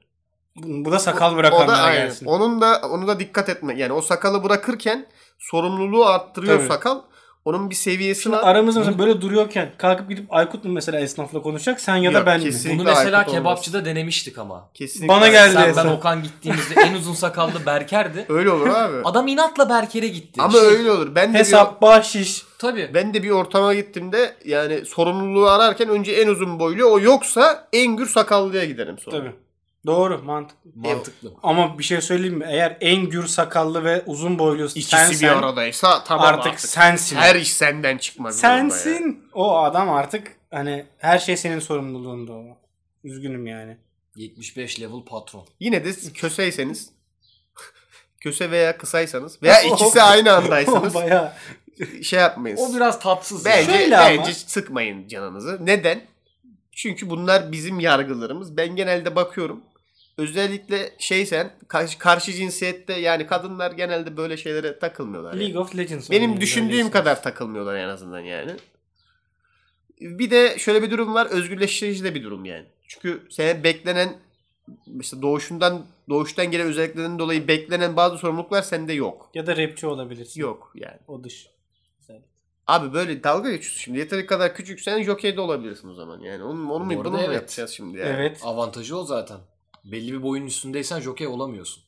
Speaker 2: Bu bu da sakal
Speaker 1: O da
Speaker 2: bırakanlara
Speaker 1: aynen.
Speaker 2: gelsin.
Speaker 1: Onun da onu da dikkat etme. Yani o sakalı bırakırken sorumluluğu arttırıyor
Speaker 2: Tabii.
Speaker 1: sakal. Onun bir seviyesi
Speaker 2: Şimdi
Speaker 1: var.
Speaker 2: aramızda mesela böyle duruyorken kalkıp gidip Aykut mu mesela esnafla konuşacak sen ya da
Speaker 1: Yok,
Speaker 2: ben
Speaker 1: kesin.
Speaker 2: mi?
Speaker 3: Bunu
Speaker 1: Kesinlikle
Speaker 3: mesela
Speaker 1: Aykut olmaz.
Speaker 3: kebapçıda denemiştik ama.
Speaker 1: Kesinlikle.
Speaker 2: Bana geldi.
Speaker 3: Sen ben
Speaker 2: sen.
Speaker 3: Okan gittiğimizde en uzun
Speaker 1: (laughs)
Speaker 3: sakallı Berker'di.
Speaker 1: Öyle olur abi.
Speaker 3: Adam inatla Berker'e gitti.
Speaker 1: Ama
Speaker 3: Şey,
Speaker 1: öyle olur. Ben de
Speaker 2: Hesap, bahşiş.
Speaker 3: Tabii.
Speaker 1: bir, ben de bir ortama gittiğimde yani sorumluluğu ararken önce en uzun boylu o yoksa en gür sakallıya giderim sonra.
Speaker 2: Tabii. Doğru mantıklı.
Speaker 3: Mantıklı.
Speaker 2: Ama bir şey söyleyeyim mi? Eğer en gür sakallı ve uzun boylu
Speaker 1: İkisi
Speaker 2: sensen
Speaker 1: bir aradaysa tamam
Speaker 2: artık,
Speaker 1: artık,
Speaker 2: sensin.
Speaker 1: her iş senden çıkmaz.
Speaker 2: sensin. O adam artık hani her şey senin sorumluluğunda o. Üzgünüm yani. (laughs)
Speaker 3: 75 level patron.
Speaker 1: Yine de siz
Speaker 2: (laughs)
Speaker 1: köseyseniz köse veya kısaysanız veya
Speaker 2: Oh.
Speaker 1: ikisi aynı andaysanız
Speaker 2: Bayağı.
Speaker 1: şey yapmayın.
Speaker 3: O biraz tatsız.
Speaker 1: Bence,
Speaker 3: ya.
Speaker 2: Şöyle ama-
Speaker 1: bence sıkmayın canınızı. Neden? Çünkü bunlar bizim yargılarımız. Ben genelde bakıyorum. Özellikle şeysen karşı, karşı cinsiyette yani kadınlar genelde böyle şeylere takılmıyorlar. yani.
Speaker 2: League of Legends.
Speaker 1: Benim
Speaker 2: oynuyor
Speaker 1: düşündüğüm
Speaker 2: böyleyse.
Speaker 1: kadar takılmıyorlar en azından yani. Bir de şöyle bir durum var. Özgürleştirici de bir durum yani. Çünkü sana beklenen işte doğuşundan doğuştan gelen özelliklerinden dolayı beklenen bazı sorumluluklar sende yok.
Speaker 2: Ya da rapçi olabilirsin.
Speaker 1: Yok yani.
Speaker 2: O dış. Güzel.
Speaker 1: Abi böyle dalga geçiyorsun şimdi. Yeteri kadar küçüksen jokeyde olabilirsin o zaman. Yani onu, onu mu,
Speaker 3: Bu arada
Speaker 1: bunu mu
Speaker 3: evet.
Speaker 1: yapacağız şimdi yani?
Speaker 2: Evet.
Speaker 3: Avantajı o zaten. Belli bir boyun üstündeysen jokey olamıyorsun.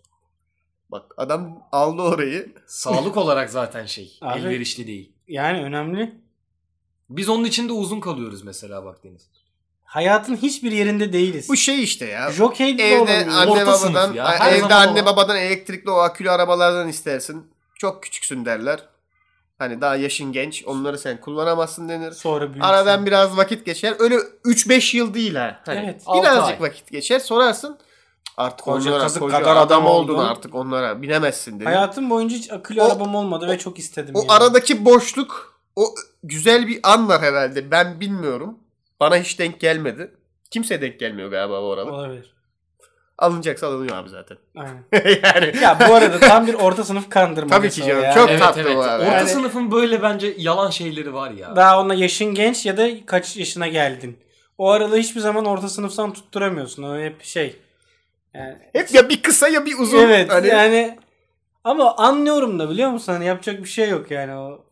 Speaker 1: Bak adam aldı orayı. (laughs)
Speaker 3: Sağlık olarak zaten şey.
Speaker 2: Abi-
Speaker 3: Elverişli değil.
Speaker 2: Yani önemli.
Speaker 3: Biz onun için de uzun kalıyoruz mesela bak Deniz.
Speaker 2: Hayatın hiçbir yerinde değiliz.
Speaker 1: Bu şey işte ya.
Speaker 2: Jokey gibi
Speaker 1: Evde
Speaker 2: olalım.
Speaker 1: anne
Speaker 3: Orta sınıf
Speaker 1: babadan,
Speaker 3: ya.
Speaker 1: ay-
Speaker 3: Her
Speaker 1: evde
Speaker 3: zaman
Speaker 1: anne
Speaker 3: olan.
Speaker 1: babadan elektrikli o akülü arabalardan istersin. Çok küçüksün derler. Hani daha yaşın genç. Onları sen kullanamazsın denir.
Speaker 2: Sonra büyürsün.
Speaker 1: Aradan biraz vakit geçer. Öyle 3-5 yıl değil ha. Hani
Speaker 2: Evet.
Speaker 3: Altı
Speaker 1: Birazcık
Speaker 3: ay.
Speaker 1: vakit geçer. Sorarsın. Artık
Speaker 3: Koca
Speaker 1: onlara,
Speaker 3: kazık
Speaker 1: koca
Speaker 3: kadar
Speaker 1: adam,
Speaker 3: adam
Speaker 1: oldun
Speaker 3: oldun.
Speaker 1: artık onlara. Binemezsin denir.
Speaker 2: Hayatım boyunca hiç akıllı
Speaker 1: O-
Speaker 2: arabam olmadı ve çok istedim.
Speaker 1: O
Speaker 2: yani.
Speaker 1: aradaki boşluk o güzel bir an var herhalde. Ben bilmiyorum. Bana hiç denk gelmedi. Kimseye denk gelmiyor galiba bu arada.
Speaker 2: Olabilir.
Speaker 1: Alınacaksa alınıyor abi zaten. (laughs)
Speaker 2: Aynen.
Speaker 1: yani
Speaker 2: Ya bu arada tam bir orta sınıf kandırma.
Speaker 1: Tabii ki canım,
Speaker 2: Ya.
Speaker 1: çok-
Speaker 3: Evet
Speaker 1: tatlı
Speaker 3: evet.
Speaker 1: bu arada.
Speaker 3: Orta
Speaker 1: Yani-
Speaker 3: sınıfın böyle bence yalan şeyleri var ya.
Speaker 2: Daha ona yaşın genç ya da kaç yaşına geldin. O arada hiçbir zaman orta sınıftan tutturamıyorsun. O hep şey. Yani,
Speaker 1: hep ya bir kısa ya bir uzun.
Speaker 2: evet
Speaker 1: Hani
Speaker 2: yani ama anlıyorum da biliyor musun? Hani yapacak bir şey yok yani o.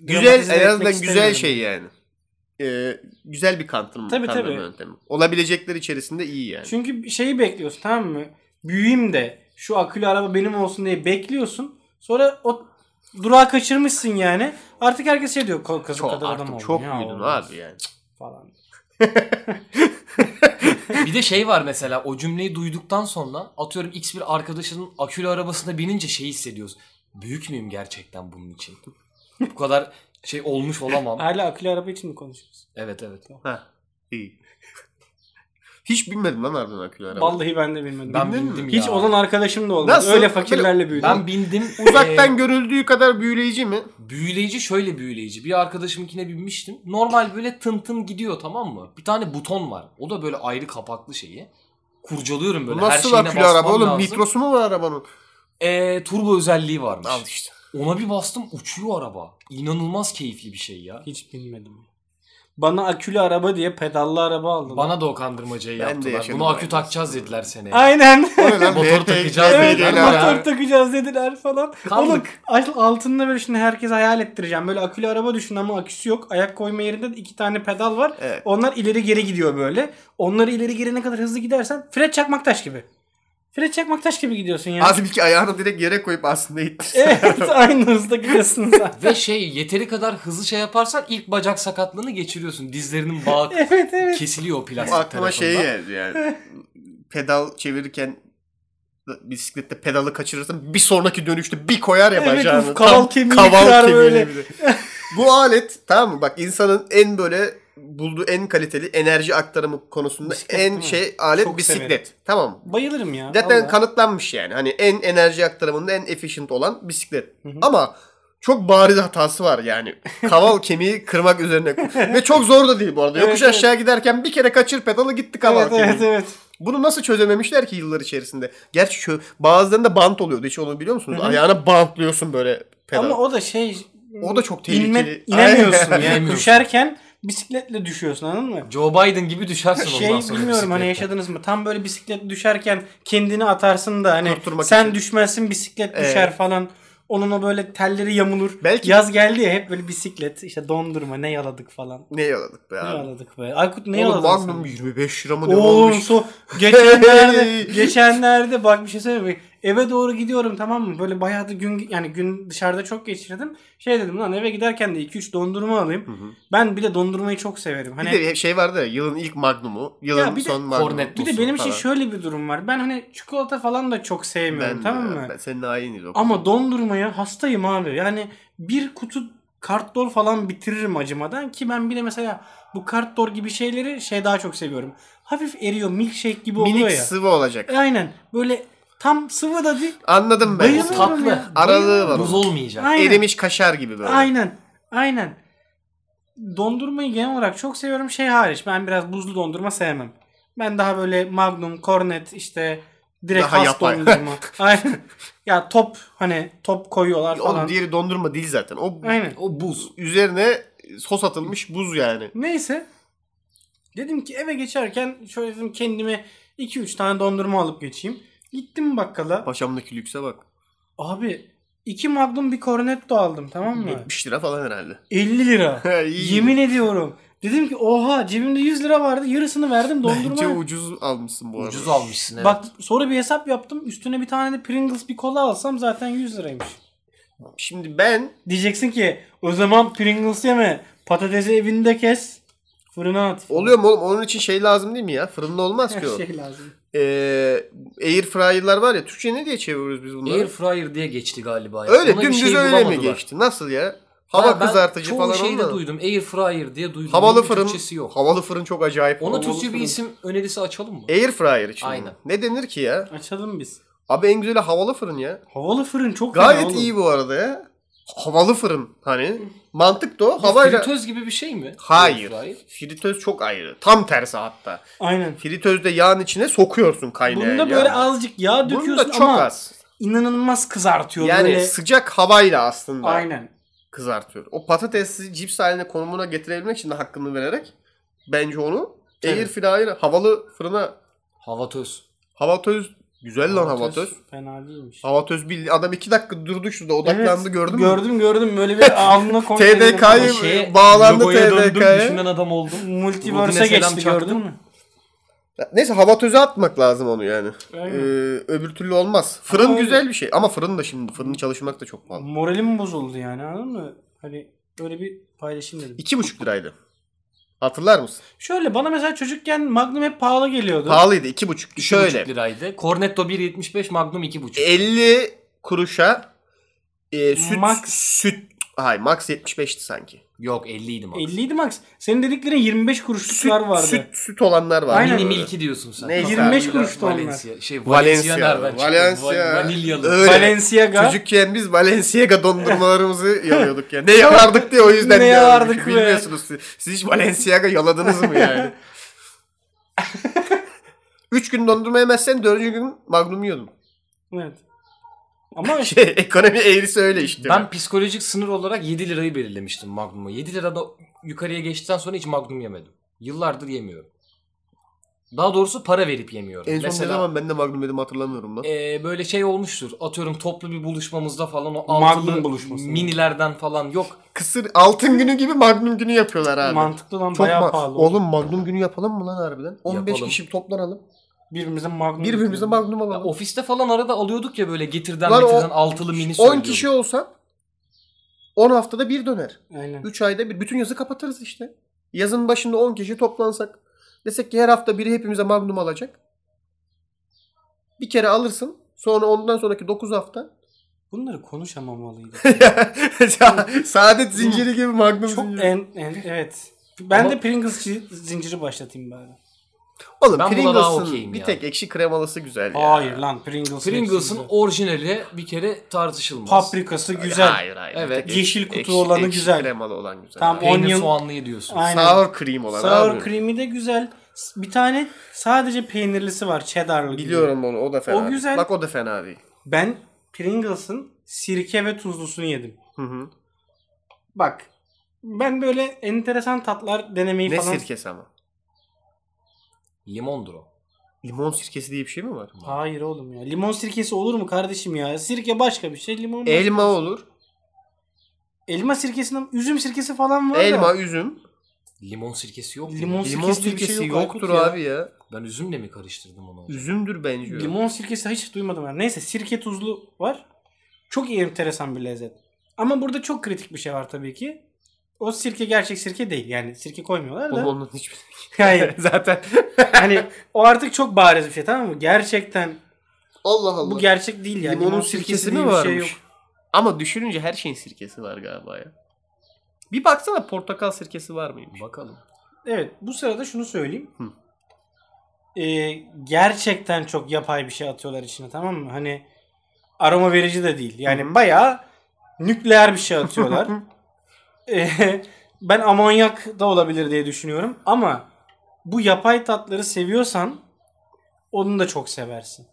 Speaker 1: güzel
Speaker 2: Dramatize
Speaker 1: en
Speaker 2: etmek
Speaker 1: azından güzel
Speaker 2: istemiyorum.
Speaker 1: şey yani. Ee, güzel bir kantırma,
Speaker 2: Tabii,
Speaker 1: kandırma
Speaker 2: tabii.
Speaker 1: yöntemi. Olabilecekler içerisinde iyi yani.
Speaker 2: Çünkü şeyi bekliyorsun tamam mı? Büyüyeyim de şu akülü araba benim olsun diye bekliyorsun. Sonra o durağı kaçırmışsın yani. Artık herkes şey diyor "Ko- kızı
Speaker 1: çok
Speaker 2: kadar adam
Speaker 1: artık
Speaker 2: oldun
Speaker 1: çok
Speaker 2: ya,
Speaker 1: büyüdün
Speaker 2: olmaz."
Speaker 1: abi yani.
Speaker 2: Falan.
Speaker 3: Bir de şey var mesela o cümleyi duyduktan sonra atıyorum X bir arkadaşının akülü arabasına binince şey hissediyoruz. Büyük müyüm gerçekten bunun için? Bu kadar şey olmuş olamam.
Speaker 2: Hala akülü araba için mi konuşuyoruz?
Speaker 3: Evet evet.
Speaker 1: Ha, iyi. (laughs) Hiç bilmedim lan harbiden akülü araba.
Speaker 2: Vallahi ben de bilmedim.
Speaker 3: Ben
Speaker 1: Bildin
Speaker 3: bindim ya.
Speaker 2: Hiç olan arkadaşım da olmadı.
Speaker 1: Nasıl?
Speaker 2: Öyle fakirlerle büyüdüm.
Speaker 3: ben bindim.
Speaker 1: Uzaktan
Speaker 3: Ee,
Speaker 2: e,
Speaker 1: görüldüğü kadar büyüleyici mi?
Speaker 3: büyüleyici şöyle büyüleyici. Bir arkadaşımınkine binmiştim. Normal böyle tın tın gidiyor tamam mı? Bir tane buton var. O da böyle ayrı kapaklı şeyi. Kurcalıyorum böyle.
Speaker 1: Bu
Speaker 3: Her
Speaker 1: nasıl
Speaker 3: şeyine
Speaker 1: akülü araba oğlum?
Speaker 3: Lazım.
Speaker 1: Nitrosu mu var arabanın?
Speaker 3: Ee, turbo özelliği varmış.
Speaker 1: Al işte.
Speaker 3: Ona bir bastım uçuyor araba. İnanılmaz keyifli bir şey ya.
Speaker 2: Hiç bilmedim. Bana akülü araba diye pedallı araba aldılar.
Speaker 3: Bana da o kandırmacayı
Speaker 1: Ben de
Speaker 3: yaptılar.
Speaker 1: yaşadım
Speaker 3: Bunu akü
Speaker 1: aynısını.
Speaker 3: takacağız dediler seneye.
Speaker 2: Aynen.
Speaker 1: O ne lan?
Speaker 3: Motoru
Speaker 1: VT
Speaker 3: takacağız
Speaker 1: VT
Speaker 2: evet
Speaker 3: dediler
Speaker 1: gelen
Speaker 3: ya.
Speaker 2: motor takacağız dediler falan.
Speaker 3: Kaldık.
Speaker 2: Oğlum al- altında böyle şimdi herkes hayal ettireceğim. Böyle akülü araba düşün ama aküsü yok. Ayak koyma yerinde de iki tane pedal var.
Speaker 1: Evet.
Speaker 2: Onlar ileri geri gidiyor böyle. Onları ileri geri ne kadar hızlı gidersen fret çakmak taş gibi. Fret çakmak taş gibi gidiyorsun yani.
Speaker 1: Halbuki ayağını direkt yere koyup aslında ittir.
Speaker 2: (laughs) evet aynı hızda gidiyorsun sen.
Speaker 3: Ve şey yeteri kadar hızlı şey yaparsan ilk bacak sakatlığını geçiriyorsun. Dizlerinin bağı
Speaker 2: (laughs) evet evet.
Speaker 3: kesiliyor o plastik
Speaker 1: Aklıma
Speaker 3: tarafından.
Speaker 1: şey geldi yani. Pedal çevirirken bisiklette pedalı kaçırırsın. Bir sonraki dönüşte bir koyar ya
Speaker 2: Evet,
Speaker 1: bacağını.
Speaker 2: uf, kaval
Speaker 1: Tam
Speaker 2: kemiğini kırar böyle.
Speaker 1: bir de. Bu alet tamam mı? Bak insanın en böyle bulduğu en kaliteli enerji aktarımı konusunda
Speaker 2: Bisiklet değil
Speaker 1: en
Speaker 2: mi?
Speaker 1: şey alet
Speaker 2: Çok
Speaker 1: bisiklet.
Speaker 2: severim.
Speaker 1: Tamam mı?
Speaker 2: Bayılırım ya.
Speaker 1: Zaten
Speaker 2: vallahi.
Speaker 1: kanıtlanmış yani. Hani en enerji aktarımında en efficient olan bisiklet.
Speaker 2: hı.
Speaker 1: Ama çok bariz hatası var yani.
Speaker 2: (laughs)
Speaker 1: Kaval kemiği kırmak üzerine. Ve çok zor da değil bu arada.
Speaker 2: Evet,
Speaker 1: Yokuş
Speaker 2: evet.
Speaker 1: aşağı giderken bir kere kaçır pedalı gitti kaval
Speaker 2: Evet
Speaker 1: kemiği.
Speaker 2: evet evet.
Speaker 1: Bunu nasıl çözememişler ki yıllar içerisinde? Gerçi şu, bazılarında bant oluyordu. Hiç onu biliyor musunuz? Ayağına bantlıyorsun böyle pedalı.
Speaker 2: Ama
Speaker 1: o,
Speaker 2: o da şey
Speaker 1: da çok tehlikeli.
Speaker 2: İnme, inemiyorsun
Speaker 1: Aynen.
Speaker 2: yani.
Speaker 3: İnemiyorsun.
Speaker 2: Düşerken bisikletle düşüyorsun anladın mı?
Speaker 3: Joe Biden gibi düşersin
Speaker 2: Şey
Speaker 3: ondan sonra.
Speaker 2: bilmiyorum hani
Speaker 3: bisikletten.
Speaker 2: yaşadınız mı? Tam böyle bisiklet düşerken kendini atarsın da hani
Speaker 1: Kurtulmak
Speaker 2: sen
Speaker 1: için.
Speaker 2: düşmezsin bisiklet
Speaker 1: Evet.
Speaker 2: düşer falan. Onun o böyle telleri yamulur.
Speaker 1: Belki-
Speaker 2: Yaz geldi ya hep böyle bisiklet işte dondurma ne yaladık falan.
Speaker 1: (laughs) Ne yaladık be
Speaker 2: Ne
Speaker 1: abi?
Speaker 2: yaladık be. Aykut ne
Speaker 1: Oğlum
Speaker 2: yaladın
Speaker 1: Magnum
Speaker 2: sen?
Speaker 1: 25 lira mı ne
Speaker 2: Oğlum
Speaker 1: olmuş?
Speaker 2: so geçenlerde
Speaker 1: (laughs)
Speaker 2: geçenlerde bak bir şey söyleyeyim mi? Eve doğru gidiyorum tamam mı? Böyle bayağı da gün yani gün dışarıda çok geçirdim. Şey dedim lan eve giderken de 2 3 dondurma alayım. Ben bir de dondurmayı çok severim. Hani
Speaker 1: Bir de şey vardı ya yılın ilk Magnum'u, yılın
Speaker 2: Ya bir de
Speaker 1: son Magnum'u.
Speaker 3: Cornet
Speaker 2: Bir de
Speaker 3: olsun
Speaker 2: benim için
Speaker 1: falan.
Speaker 2: şöyle bir durum var. Ben hani çikolata falan da çok sevmiyorum
Speaker 1: Ben-
Speaker 2: tamam mı?
Speaker 1: Ben senin hainiz o.
Speaker 2: Ama dondurmaya hastayım abi. Yani bir kutu kartdor falan bitiririm acımadan ki ben bir de mesela bu kartdor gibi şeyleri şey daha çok seviyorum. Hafif eriyor milkshake gibi oluyor
Speaker 1: Minik
Speaker 2: ya.
Speaker 1: sıvı olacak.
Speaker 2: E, Aynen böyle tam sıvı da değil.
Speaker 1: Anladım ben.
Speaker 2: Bayılıyorum
Speaker 1: Tat-
Speaker 3: Tatlı.
Speaker 2: ya.
Speaker 1: Aralığı var.
Speaker 3: Buz
Speaker 1: onun.
Speaker 3: olmayacak.
Speaker 2: Aynen.
Speaker 1: Erimiş kaşar gibi böyle.
Speaker 2: Aynen. Aynen. Dondurmayı genel olarak çok seviyorum. Şey hariç ben biraz buzlu dondurma sevmem. Ben daha böyle Magnum, Cornet işte direkt
Speaker 1: Daha
Speaker 2: has
Speaker 1: yapay.
Speaker 2: dondurma.
Speaker 1: (laughs)
Speaker 2: Aynen. Ya top hani top koyuyorlar
Speaker 1: Oğlum
Speaker 2: falan.
Speaker 1: diğeri dondurma değil zaten. O
Speaker 2: Aynen.
Speaker 3: O buz.
Speaker 1: üzerine sos atılmış buz yani.
Speaker 2: Neyse. Dedim ki eve geçerken şöyle dedim kendime 2-3 tane dondurma alıp geçeyim. Gittim bakkala.
Speaker 1: Paşamdaki lükse bak.
Speaker 2: Abi 2 Magnum bir Cornetto aldım tamam mı?
Speaker 1: 70 lira falan herhalde. (laughs)
Speaker 2: 50 lira.
Speaker 1: İyi.
Speaker 2: Yemin ediyorum. Dedim ki oha cebimde 100 lira vardı yarısını verdim
Speaker 1: Bence
Speaker 2: dondurma.
Speaker 1: ucuz almışsın bu arada. şey.
Speaker 3: Ucuz almışsın evet.
Speaker 2: Bak sonra bir hesap yaptım üstüne bir tane de Pringles bir kola alsam zaten 100 liraymış.
Speaker 1: Şimdi ben
Speaker 2: Diyeceksin ki o zaman Pringles yeme patatesi evinde kes Fırına at.
Speaker 1: Oluyor mu oğlum? Onun için şey lazım değil mi ya? Fırında olmaz
Speaker 2: Her
Speaker 1: ki o.
Speaker 2: şey lazım.
Speaker 1: Ee, air fryer'lar var ya. Türkçe ne diye çeviriyoruz biz bunları?
Speaker 3: Air fryer diye geçti galiba. ya.
Speaker 1: öyle
Speaker 3: Ona bir
Speaker 1: dümdüz
Speaker 3: şey
Speaker 1: öyle mi
Speaker 3: bulamadılar.
Speaker 1: geçti? Nasıl ya?
Speaker 3: Ben-
Speaker 1: Hava
Speaker 3: ben
Speaker 1: kızartıcı
Speaker 3: çoğu
Speaker 1: falan
Speaker 3: şeyi de
Speaker 1: olmadı.
Speaker 3: duydum. Air fryer diye duydum.
Speaker 1: Havalı
Speaker 3: Bunun bir
Speaker 1: fırın.
Speaker 3: Türkçesi yok.
Speaker 1: Havalı fırın çok acayip.
Speaker 3: Ona
Speaker 1: Havalı
Speaker 3: Türkçe bir
Speaker 1: fırın. E,
Speaker 3: isim önerisi açalım mı?
Speaker 1: Air fryer için.
Speaker 3: Aynen.
Speaker 1: Ne denir ki ya?
Speaker 2: Açalım biz.
Speaker 1: Abi en güzeli havalı fırın ya.
Speaker 2: Havalı fırın çok fena
Speaker 1: Gayet
Speaker 2: oğlum.
Speaker 1: iyi bu arada ya. Havalı fırın hani. Mantık da o.
Speaker 3: Bu
Speaker 1: Havayla...
Speaker 3: Fritöz gibi bir şey mi?
Speaker 1: Hayır.
Speaker 3: Air fryer.
Speaker 1: Fritöz çok ayrı. Tam tersi hatta.
Speaker 2: Aynen.
Speaker 1: Fritözde yağın içine sokuyorsun kaynayan
Speaker 2: Bunda
Speaker 1: yağı.
Speaker 2: böyle azıcık yağ
Speaker 1: Bunda
Speaker 2: döküyorsun
Speaker 1: çok
Speaker 2: ama
Speaker 1: az.
Speaker 2: inanılmaz kızartıyor
Speaker 1: Yani
Speaker 2: böyle.
Speaker 1: sıcak havayla aslında
Speaker 2: Aynen.
Speaker 1: kızartıyor. O patatesi cips haline konumuna getirebilmek için de hakkını vererek bence onu
Speaker 2: Evet.
Speaker 1: air fryer havalı fırına
Speaker 3: Havatöz.
Speaker 1: havatöz güzel lan
Speaker 3: Havatöz.
Speaker 1: havatöz.
Speaker 2: Fena değilmiş.
Speaker 1: Havatöz bildi. Adam iki dakika durdu şurada odaklandı
Speaker 2: Evet,
Speaker 1: gördün mü?
Speaker 2: Gördüm gördüm böyle bir
Speaker 1: (laughs)
Speaker 2: alnına koydu.
Speaker 1: TDK'yı
Speaker 3: Şeye,
Speaker 1: bağlandı
Speaker 3: logoya döndüm,
Speaker 1: TDK'ya.
Speaker 3: düşünen
Speaker 1: (laughs)
Speaker 3: adam oldum.
Speaker 2: Multiverse'e
Speaker 3: Rudine selam
Speaker 2: geçti
Speaker 3: çaktım.
Speaker 2: gördün mü?
Speaker 1: Neyse havatöze atmak lazım onu yani.
Speaker 2: Aynen.
Speaker 1: Ee, öbür türlü olmaz. Fırın
Speaker 2: Ama-
Speaker 1: güzel bir şey ama fırın da şimdi fırını çalışmak da çok pahalı.
Speaker 2: Moralim bozuldu yani anladın mı? Hani böyle bir paylaşayım dedim.
Speaker 1: İki buçuk liraydı. Hatırlar mısın?
Speaker 2: Şöyle bana mesela çocukken Magnum hep pahalı geliyordu.
Speaker 1: Pahalıydı iki buçuk.
Speaker 3: Şöyle.
Speaker 1: Şöyle E-
Speaker 3: liraydı. Cornetto 1.75, Magnum 2.5.
Speaker 1: 50 kuruşa e, süt
Speaker 2: Max.
Speaker 1: süt hay max 75'ti sanki.
Speaker 3: Yok 50 idi Magnum.
Speaker 2: 50 idi max. Senin dediklerin 25 kuruşluklar
Speaker 1: Süt,
Speaker 2: vardı.
Speaker 1: süt süt olanlar vardı.
Speaker 2: Aynen.
Speaker 3: Mini
Speaker 1: Böyle.
Speaker 3: Milky diyorsun sen.
Speaker 1: Neyse abi.
Speaker 2: 25 kuruştu onlar.
Speaker 3: Valencia. Şey, Valencia,
Speaker 1: Valencia.
Speaker 3: nereden çıktı?
Speaker 1: Valencia.
Speaker 3: Va- Vanilyalı.
Speaker 1: Öyle.
Speaker 2: Balenciaga.
Speaker 1: Çocukken biz Balenciaga
Speaker 3: (laughs)
Speaker 1: dondurmalarımızı yalıyorduk ya. Ne yalardık diye o yüzden
Speaker 2: Ne
Speaker 1: diyorum.
Speaker 2: yalardık be.
Speaker 1: Bilmiyorsunuz siz. Siz hiç Balenciaga yaladınız mı
Speaker 3: (laughs)
Speaker 1: yani? Üç gün dondurma yemezsen dördüncü gün magnum yiyordum. (laughs)
Speaker 2: Evet. Ama işte
Speaker 1: Şey, ekonomi eğrisi öyle işte.
Speaker 3: Ben psikolojik sınır olarak 7 lirayı belirlemiştim Magnum'a. 7 lirada yukarıya geçtikten sonra hiç Magnum yemedim. Yıllardır yemiyorum. Daha doğrusu para verip yemiyorum.
Speaker 1: en son
Speaker 3: Mesela
Speaker 1: ne zaman ben de magnum yedim hatırlamıyorum lan.
Speaker 3: e, böyle şey olmuştur. Atıyorum toplu bir buluşmamızda falan o
Speaker 2: Magnum
Speaker 3: altılı
Speaker 2: buluşması.
Speaker 3: minilerden falan yok.
Speaker 1: Kısır altın günü gibi magnum günü yapıyorlar abi.
Speaker 2: mantıklı lan
Speaker 1: Çok
Speaker 2: bayağı
Speaker 1: ma-
Speaker 2: pahalı.
Speaker 1: Oğlum magnum günü yapalım mı lan harbiden? 15
Speaker 3: Yapalım.
Speaker 1: kişi toplanalım.
Speaker 2: birbirimize Magnum.
Speaker 1: Birbirimize
Speaker 2: yapıyoruz.
Speaker 1: magnum
Speaker 3: Ya,
Speaker 1: alalım.
Speaker 3: ofiste falan arada alıyorduk ya böyle getirden
Speaker 1: Lan o-
Speaker 3: getirden altılı mini
Speaker 1: 10
Speaker 3: söylüyorduk.
Speaker 1: kişi olsa 10 haftada bir döner.
Speaker 2: Aynen.
Speaker 1: 3 ayda bir. Bütün yazı kapatırız işte. Yazın başında 10 kişi toplansak. Desek ki her hafta biri hepimize magnum alacak. Bir kere alırsın. Sonra ondan sonraki 9
Speaker 2: (laughs)
Speaker 1: hafta.
Speaker 2: Bunları konuşamamalıydı.
Speaker 1: Saadet zinciri gibi magnum
Speaker 2: Çok
Speaker 1: zinciri.
Speaker 2: en, en evet. Ben
Speaker 3: Ama-
Speaker 2: de Pringles ci- zinciri başlatayım bari.
Speaker 1: Oğlum
Speaker 3: Ben buna daha okeyim
Speaker 1: Pringles'ın bir
Speaker 3: ya.
Speaker 1: tek ekşi kremalısı güzel ya.
Speaker 2: Hayır lan Pringles.
Speaker 3: Pringles'ın
Speaker 2: hepsinde.
Speaker 3: orijinali bir kere tartışılmaz.
Speaker 2: paprikası güzel.
Speaker 1: Hayır hayır.
Speaker 3: Evet.
Speaker 1: Bir tek
Speaker 2: Yeşil
Speaker 1: ekşi-
Speaker 2: kutu
Speaker 1: ekşi-
Speaker 2: olanı
Speaker 1: ekşi
Speaker 2: güzel.
Speaker 1: kremalı olan güzel.
Speaker 2: Tamam,
Speaker 1: Abi.
Speaker 3: Peynir
Speaker 2: Onion-
Speaker 3: soğanlıyı diyorsun.
Speaker 2: Aynen.
Speaker 1: Sour cream olan abi.
Speaker 2: Sour cream'i de güzel. S- Bir tane sadece peynirlisi var. Cheddar'lı. gibi.
Speaker 1: Biliyorum onu o da fena
Speaker 2: O
Speaker 1: değil.
Speaker 2: güzel.
Speaker 1: Bak o da fena değil.
Speaker 2: Ben Pringles'ın sirke ve tuzlusunu yedim.
Speaker 1: Hı hı.
Speaker 2: Bak. Ben böyle enteresan tatlar denemeyi
Speaker 1: Ne
Speaker 2: falan...
Speaker 1: sirkesi ama?
Speaker 3: Limondur o.
Speaker 1: Limon sirkesi diye bir şey mi var?
Speaker 2: Hayır oğlum ya. Limon sirkesi olur mu kardeşim ya? Sirke başka bir şey. Limon başka bir
Speaker 1: Elma
Speaker 2: şey.
Speaker 1: olur.
Speaker 2: Elma sirkesinden üzüm sirkesi falan var
Speaker 1: Elma,
Speaker 2: da.
Speaker 1: üzüm.
Speaker 3: Limon sirkesi yok.
Speaker 2: Limon,
Speaker 1: Limon
Speaker 2: sirkesi, diye bir
Speaker 1: sirkesi
Speaker 2: şey yok
Speaker 1: yoktur
Speaker 2: Aykut ya.
Speaker 1: abi ya.
Speaker 3: Ben üzümle mi karıştırdım onu? acaba?
Speaker 1: Üzümdür bence. o.
Speaker 2: Limon sirkesi hiç duymadım ben. Neyse sirke tuzlu var. Çok iyi enteresan bir lezzet. Ama burada çok kritik bir şey var tabii ki. O sirke gerçek sirke değil. Yani sirke koymuyorlar
Speaker 1: Oğlum
Speaker 2: da.
Speaker 1: ondan hiçbir
Speaker 2: Hayır.
Speaker 1: (laughs) Zaten.
Speaker 2: hani o artık çok bariz bir şey tamam mı? Gerçekten
Speaker 1: Allah Allah.
Speaker 2: bu gerçek değil yani.
Speaker 1: Limonun
Speaker 2: Limon
Speaker 1: sirkesi
Speaker 2: diye
Speaker 1: mi
Speaker 2: bir
Speaker 1: varmış?
Speaker 2: Şey yok.
Speaker 1: Ama düşününce her şeyin sirkesi var galiba ya. Bir baksana portakal sirkesi var mıymış?
Speaker 3: Bakalım.
Speaker 2: Evet bu sırada şunu söyleyeyim.
Speaker 1: Hı.
Speaker 2: Ee, gerçekten çok yapay bir şey atıyorlar içine tamam mı? Hani aroma verici de değil. Yani
Speaker 1: Hı hı.
Speaker 2: bayağı nükleer bir
Speaker 1: (laughs)
Speaker 2: şey atıyorlar. Ee, ben amonyak da olabilir diye düşünüyorum ama bu yapay tatları seviyorsan onu da çok seversin.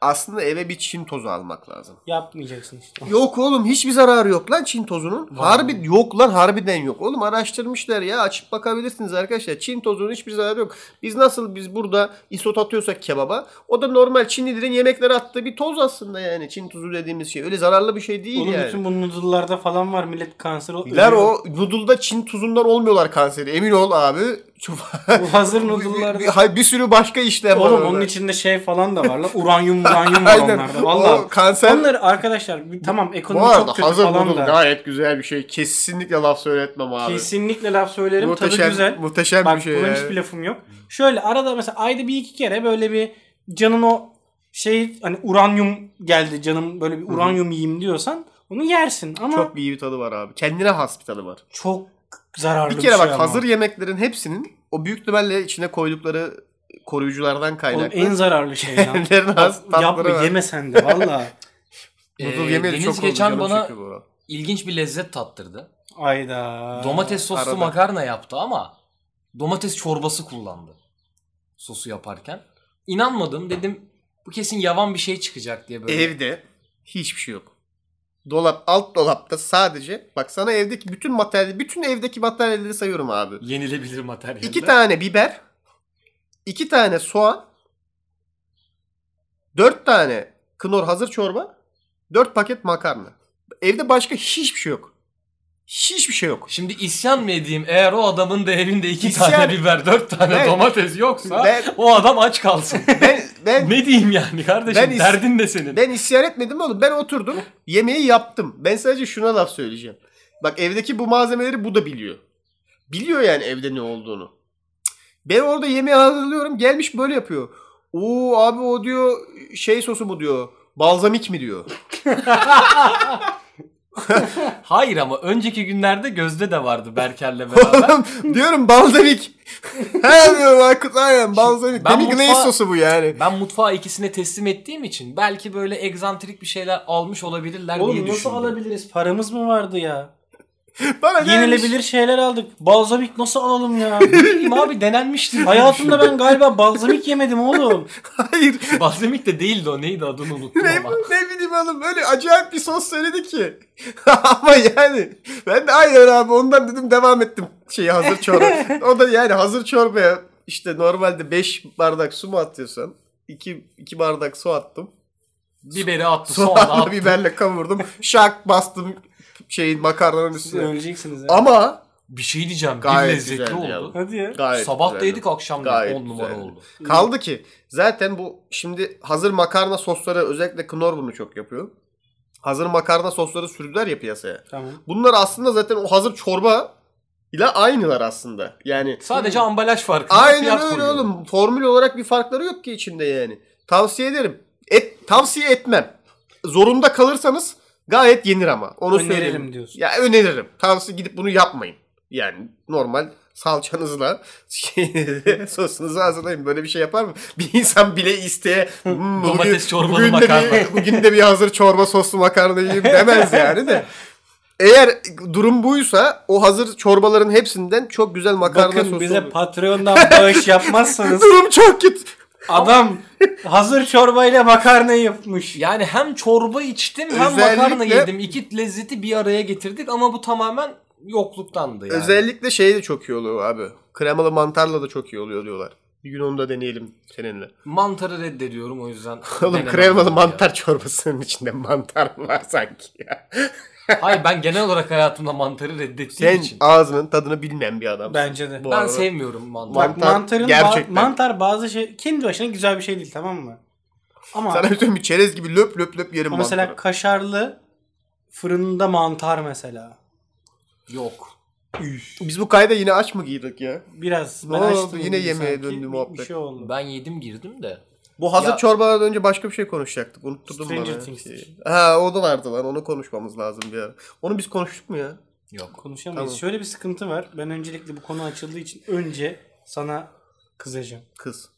Speaker 1: Aslında eve bir çin tozu almak lazım.
Speaker 2: Yapmayacaksın işte.
Speaker 1: Yok oğlum hiçbir zararı yok lan Çin tozunun. Harbi yok lan harbiden yok. Oğlum araştırmışlar ya açıp bakabilirsiniz arkadaşlar. Çin tozunun hiçbir zararı yok. Biz nasıl biz burada isot atıyorsak kebaba o da normal Çinlilerin yemeklere attığı bir toz aslında yani Çin tuzu dediğimiz şey. Öyle zararlı bir şey değil
Speaker 2: Onun
Speaker 1: yani.
Speaker 2: bütün bu noodle'larda falan var millet kanser ol-
Speaker 1: Ler
Speaker 2: ölüyor.
Speaker 1: o noodle'da Çin tuzundan olmuyorlar kanseri. Emin ol abi. çuva-
Speaker 2: Bu hazır
Speaker 1: bir,
Speaker 2: noodle'larda.
Speaker 1: bir, hayır, bir sürü başka işler var.
Speaker 2: Oğlum
Speaker 1: orada.
Speaker 2: onun içinde şey falan da
Speaker 1: (laughs)
Speaker 2: var lan. Uranyum uranyum var
Speaker 1: Aynen.
Speaker 2: onlarda. Valla.
Speaker 1: O kanser-
Speaker 2: Onları arkadaşlar bir- tamam
Speaker 1: Bu
Speaker 2: ekonomi
Speaker 1: arada
Speaker 2: çok kötü
Speaker 1: hazır
Speaker 2: falan
Speaker 1: noodle
Speaker 2: da.
Speaker 1: gayet güzel bir şey. Kesinlikle laf söyletmem abi.
Speaker 2: Kesinlikle laf söylerim. Tadı
Speaker 1: Muhteşem,
Speaker 2: güzel.
Speaker 1: muhteşem
Speaker 2: Bak
Speaker 1: bir şey.
Speaker 2: buna
Speaker 1: yani.
Speaker 2: hiçbir lafım yok. Şöyle arada mesela ayda bir iki kere böyle bir canın o şey hani uranyum geldi canım böyle bir uranyum yiyeyim diyorsan onu yersin ama çok,
Speaker 1: Çok iyi bir tadı var abi. Kendine has bir tadı var.
Speaker 2: zararlı bir,
Speaker 1: Bir kere
Speaker 2: şey
Speaker 1: bak
Speaker 2: ama.
Speaker 1: hazır yemeklerin hepsinin o büyük ihtimalle içine koydukları koruyuculardan (laughs)
Speaker 2: Oğlum
Speaker 1: kaynaklı.
Speaker 2: en zararlı şey lan.
Speaker 1: Kendilerine has
Speaker 2: Bak,
Speaker 1: tatları
Speaker 2: Yapma
Speaker 1: var.
Speaker 2: yeme e, sen
Speaker 1: (laughs)
Speaker 2: de valla.
Speaker 1: Noodle
Speaker 3: Ee,
Speaker 1: yemeyi de
Speaker 3: Deniz
Speaker 1: çok
Speaker 3: geçen
Speaker 1: korkuyorum
Speaker 3: bana
Speaker 1: çünkü bu arada.
Speaker 3: ilginç bir lezzet tattırdı.
Speaker 2: Ayda.
Speaker 3: Domates soslu
Speaker 1: arada.
Speaker 3: makarna yaptı ama domates çorbası kullandı. Sosu yaparken. İnanmadım dedim bu kesin yavan bir şey çıkacak diye böyle.
Speaker 1: Evde hiçbir şey yok. Dolap alt dolapta sadece bak sana evdeki bütün materyal bütün evdeki materyalleri sayıyorum abi.
Speaker 3: Yenilebilir materyalde.
Speaker 1: İki tane biber, iki tane soğan, dört tane knorr hazır çorba, dört paket makarna. Evde başka hiçbir şey yok. Hiçbir şey yok.
Speaker 3: Şimdi isyan mı edeyim eğer o adamın da evinde iki
Speaker 1: İsyan-
Speaker 3: tane biber dört tane
Speaker 1: Ben-
Speaker 3: domates yoksa
Speaker 1: Ben-
Speaker 3: o adam aç kalsın.
Speaker 1: Ben
Speaker 3: (laughs)
Speaker 1: ben
Speaker 3: ne diyeyim yani kardeşim
Speaker 1: Ben is-
Speaker 3: derdin de senin.
Speaker 1: ben isyan etmedim oğlum. Ben oturdum, yemeği yaptım. Ben sadece şuna laf söyleyeceğim. Bak evdeki bu malzemeleri bu da biliyor. Biliyor yani evde ne olduğunu. Cık. Ben orada yemeği hazırlıyorum. Gelmiş böyle yapıyor. Oo abi o diyor şey sosu mu diyor. Balzamik mi diyor. (laughs)
Speaker 3: Hayır ama önceki günlerde Gözde de vardı
Speaker 1: (laughs)
Speaker 3: Berker'le beraber.
Speaker 1: Oğlum diyorum balzamik. (laughs) He diyorum Aykut aynen balzamik.
Speaker 3: ben
Speaker 1: Demi glaze
Speaker 3: mutfağa-
Speaker 1: sosu bu yani. (laughs)
Speaker 3: ben mutfağı ikisine teslim ettiğim için belki böyle egzantrik bir şeyler almış olabilirler diye
Speaker 2: Oğlum nasıl
Speaker 3: düşündüm.
Speaker 2: alabiliriz? Paramız mı vardı ya?
Speaker 1: Bana
Speaker 2: Yenilebilir şeyler aldık. Balzamik nasıl
Speaker 1: (laughs)
Speaker 2: alalım ya?
Speaker 3: Bilmiyorum abi denenmiştir. diye
Speaker 2: (laughs) Hayatımda ben galiba balzamik yemedim oğlum.
Speaker 1: Hayır.
Speaker 3: (laughs) düşündüm. Balzamik de değildi o neydi adını unuttum
Speaker 1: Ne,
Speaker 3: ama.
Speaker 1: ne bileyim oğlum böyle acayip bir sos söyledi ki. (laughs) Ama yani ben de aynen abi ondan dedim devam ettim şeyi hazır çorba. o da yani hazır çorbaya işte normalde 5 bardak su mu atıyorsan 2 2 bardak su attım.
Speaker 3: Biberi attı soğanı
Speaker 1: Soğanla (laughs)
Speaker 3: attı.
Speaker 1: biberle kavurdum. Şak bastım şeyin makarnanın
Speaker 2: Siz
Speaker 1: üstüne.
Speaker 2: öleceksiniz. ha.
Speaker 1: Ama
Speaker 3: Bir şey diyeceğim bir
Speaker 1: Gayet
Speaker 3: lezzetli
Speaker 1: güzeldi ya.
Speaker 3: oldu.
Speaker 2: Hadi ya.
Speaker 1: gayet
Speaker 3: Sabah da
Speaker 1: güzeldi.
Speaker 3: yedik akşam da
Speaker 1: Gayet
Speaker 3: 10 numara
Speaker 1: güzeldi.
Speaker 3: oldu.
Speaker 1: Kaldı ki zaten bu şimdi hazır makarna sosları özellikle Knorr bunu çok yapıyor. Hazır makarna sosları sürdüler ya piyasaya.
Speaker 2: Tamam.
Speaker 1: Bunlar aslında zaten o hazır çorba ile aynılar aslında. Yani
Speaker 3: Sadece ambalaj farkı.
Speaker 1: aynen
Speaker 3: fiyat
Speaker 1: öyle
Speaker 3: koyuyor.
Speaker 1: oğlum. Formül olarak bir farkları yok ki içinde yani. Tavsiye ederim. Et, tavsiye etmem. Zorunda kalırsanız gayet yenir ama. Onu
Speaker 2: Önerelim
Speaker 1: söyleyeyim.
Speaker 2: diyorsun.
Speaker 1: Ya öneririm. Tavsiye gidip bunu yapmayın. Yani normal salçanızla şey, (laughs) sosunuzu hazırlayın. Böyle bir şey yapar mı? Bir insan bile isteye
Speaker 3: (laughs)
Speaker 1: "Hmm, bugün-
Speaker 3: Domates çorbalı
Speaker 1: bugün de
Speaker 3: makarna."
Speaker 1: bir- (laughs) bugün de bir hazır çorba soslu makarna yiyeyim demez yani de. Eğer durum buysa o hazır çorbaların hepsinden çok güzel makarna
Speaker 2: Bakın
Speaker 1: sosu
Speaker 2: bize
Speaker 1: oluyor.
Speaker 2: Patreon'dan
Speaker 1: (laughs)
Speaker 2: bağış yapmazsanız
Speaker 1: Durum çok kötü.
Speaker 2: adam hazır çorbayla makarna yapmış.
Speaker 3: Yani hem çorba içtim hem
Speaker 1: Özellikle-
Speaker 3: makarna yedim. İki lezzeti bir araya getirdik ama bu tamamen yokluktandı yani.
Speaker 1: Özellikle şey de çok iyi oluyor abi. Kremalı mantarla da çok iyi oluyor diyorlar. Bir gün onu da deneyelim seninle.
Speaker 3: Mantarı reddediyorum o yüzden.
Speaker 1: (laughs) Oğlum
Speaker 3: denemem
Speaker 1: kremalı
Speaker 3: ya.
Speaker 1: mantar çorbasının içinde mantar mı var sanki ya?
Speaker 3: Hayır ben genel olarak hayatımda mantarı reddettiğim
Speaker 1: Sen
Speaker 3: için.
Speaker 1: ağzının tadını bilmeyen bir adamsın.
Speaker 2: Bence de.
Speaker 1: Bu
Speaker 3: Ben
Speaker 1: arada.
Speaker 3: sevmiyorum mantarı.
Speaker 1: Bak-
Speaker 2: Bak
Speaker 1: mantar
Speaker 2: mantarın
Speaker 1: gerçekten.
Speaker 2: ba- mantar bazı şey kendi başına güzel bir şey değil tamam mı? Ama
Speaker 1: Sana bütün bir şey çerez gibi löp löp löp yerim
Speaker 2: ama mesela
Speaker 1: mantarı.
Speaker 2: kaşarlı fırında mantar mesela.
Speaker 3: Yok.
Speaker 1: Biz bu kayda yine aç mı giydik ya?
Speaker 2: Biraz
Speaker 1: Ne
Speaker 2: ben
Speaker 1: oldu?
Speaker 2: açtım
Speaker 1: Yine
Speaker 2: bugün
Speaker 1: yemeğe
Speaker 2: sanki.
Speaker 1: döndü
Speaker 2: Bir- Bir
Speaker 1: muhabbet.
Speaker 2: şey oldu.
Speaker 3: Ben yedim girdim de.
Speaker 1: Bu hazır
Speaker 3: Ya-
Speaker 1: çorbalardan önce başka bir şey konuşacaktık. Unutturdun
Speaker 2: Stranger
Speaker 1: bana.
Speaker 2: Things.
Speaker 1: Şeyi. Ha o da vardı lan. Onu konuşmamız lazım bir ara. Onu biz konuştuk mu ya?
Speaker 3: Yok.
Speaker 2: Konuşamayız.
Speaker 1: Tamam.
Speaker 2: Şöyle bir sıkıntı var. Ben öncelikle bu konu açıldığı için önce sana kızacağım.
Speaker 1: Kız.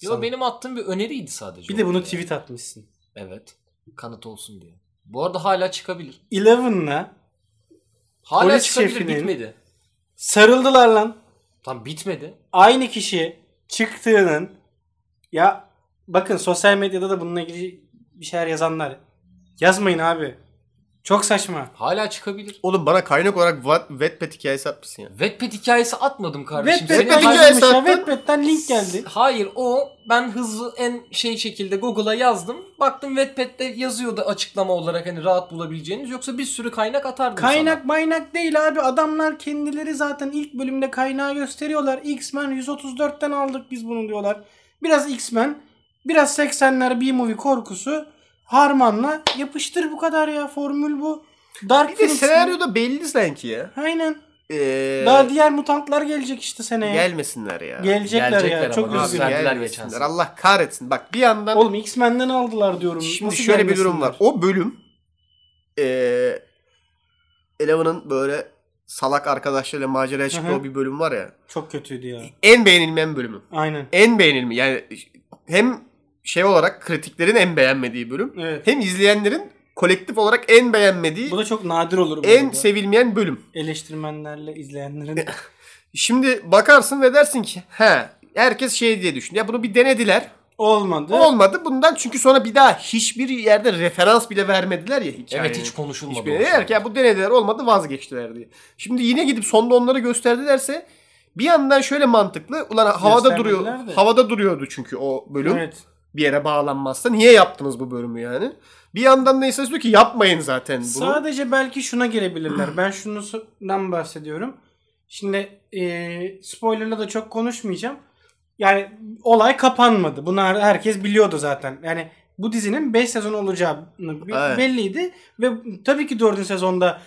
Speaker 3: Yo benim attığım bir öneriydi sadece.
Speaker 2: Bir de bunu
Speaker 3: ortaya.
Speaker 2: tweet atmışsın.
Speaker 3: Evet. Kanıt olsun diye. Bu arada hala çıkabilir.
Speaker 2: Eleven'la
Speaker 3: Hala
Speaker 2: Polis
Speaker 3: çıkabilir
Speaker 2: şefinin-
Speaker 3: bitmedi.
Speaker 2: sarıldılar lan.
Speaker 3: Tam bitmedi.
Speaker 2: Aynı kişi çıktığının ya bakın sosyal medyada da bununla ilgili bir şeyler yazanlar yazmayın abi. Çok saçma.
Speaker 3: Hala çıkabilir.
Speaker 1: Oğlum bana kaynak olarak Watt- Wattpad hikayesi atmışsın ya.
Speaker 3: Wattpad hikayesi atmadım kardeşim.
Speaker 1: Wattpad
Speaker 3: Senin-
Speaker 2: Wattpad'den
Speaker 1: hikayesi
Speaker 2: yazmış ya.
Speaker 1: attın.
Speaker 2: Wattpad'den link geldi.
Speaker 3: Hayır o ben hızlı en şey şekilde Google'a yazdım. Baktım Wattpad'de yazıyordu açıklama olarak hani rahat bulabileceğiniz. Yoksa bir sürü kaynak atardım
Speaker 2: Kaynak maynak değil abi. Adamlar kendileri zaten ilk bölümde kaynağı gösteriyorlar. X-Men 134'ten aldık biz bunu diyorlar. Biraz X-Men, biraz 80'ler B-Movie korkusu. Harmanla yapıştır bu kadar ya. Formül bu. Dark
Speaker 1: Bir de
Speaker 2: Phoenix'in-
Speaker 1: senaryoda belli sanki ya.
Speaker 2: Aynen.
Speaker 1: Ee,
Speaker 2: Daha diğer mutantlar gelecek işte seneye.
Speaker 1: gelmesinler ya.
Speaker 2: Gelecekler,
Speaker 3: Gelecekler
Speaker 2: ya.
Speaker 3: ama
Speaker 2: Çok
Speaker 3: abi.
Speaker 2: üzgün.
Speaker 3: Verdiler
Speaker 1: gelmesinler.
Speaker 3: geçen sene.
Speaker 1: Allah kahretsin. Bak bir yandan
Speaker 2: Oğlum X-Men'den aldılar diyorum.
Speaker 1: Şimdi
Speaker 2: Nasıl
Speaker 1: şöyle bir durum
Speaker 2: gelmesinler?
Speaker 1: var. O bölüm eee Eleven'ın böyle salak arkadaşlarıyla maceraya çıktığı
Speaker 2: Hı hı.
Speaker 1: o bir bölüm var ya.
Speaker 2: Çok kötüydü ya.
Speaker 1: En beğenilmeyen bölümü.
Speaker 2: Aynen.
Speaker 1: En beğenilme yani hem şey olarak kritiklerin en beğenmediği bölüm.
Speaker 2: Evet.
Speaker 1: Hem izleyenlerin kolektif olarak en beğenmediği,
Speaker 2: Bu da çok nadir olur. bu
Speaker 1: en
Speaker 2: arada.
Speaker 1: sevilmeyen bölüm. (laughs)
Speaker 2: Eleştirmenlerle izleyenlerin.
Speaker 1: Şimdi bakarsın ve dersin ki he herkes şey diye düşün. Ya bunu bir denediler.
Speaker 2: Olmadı.
Speaker 1: Olmadı bundan çünkü sonra bir daha hiçbir yerde referans bile vermediler ya hikayenin.
Speaker 3: Evet hiç konuşulmadı.
Speaker 1: Hiçbiri
Speaker 3: o
Speaker 1: eğer ki
Speaker 3: şey.
Speaker 1: ya bu denediler olmadı vazgeçtiler diye. Şimdi yine gidip sonda onları gösterdilerse bir yandan şöyle mantıklı. Ulan havada
Speaker 2: Göstermediler
Speaker 1: duruyor.
Speaker 2: de.
Speaker 1: Havada duruyordu çünkü o bölüm.
Speaker 2: Evet.
Speaker 1: Bir yere bağlanmazsa niye yaptınız bu bölümü yani? Bir yandan da insan diyor ki yapmayın zaten bunu.
Speaker 2: Sadece belki şuna gelebilirler. Ben şundan bahsediyorum. Şimdi e, spoilerla da çok konuşmayacağım. Yani olay kapanmadı. Bunu her- herkes biliyordu zaten. Yani bu dizinin 5 sezon olacağı
Speaker 1: Evet.
Speaker 2: belliydi. Ve tabii ki 4. sezonda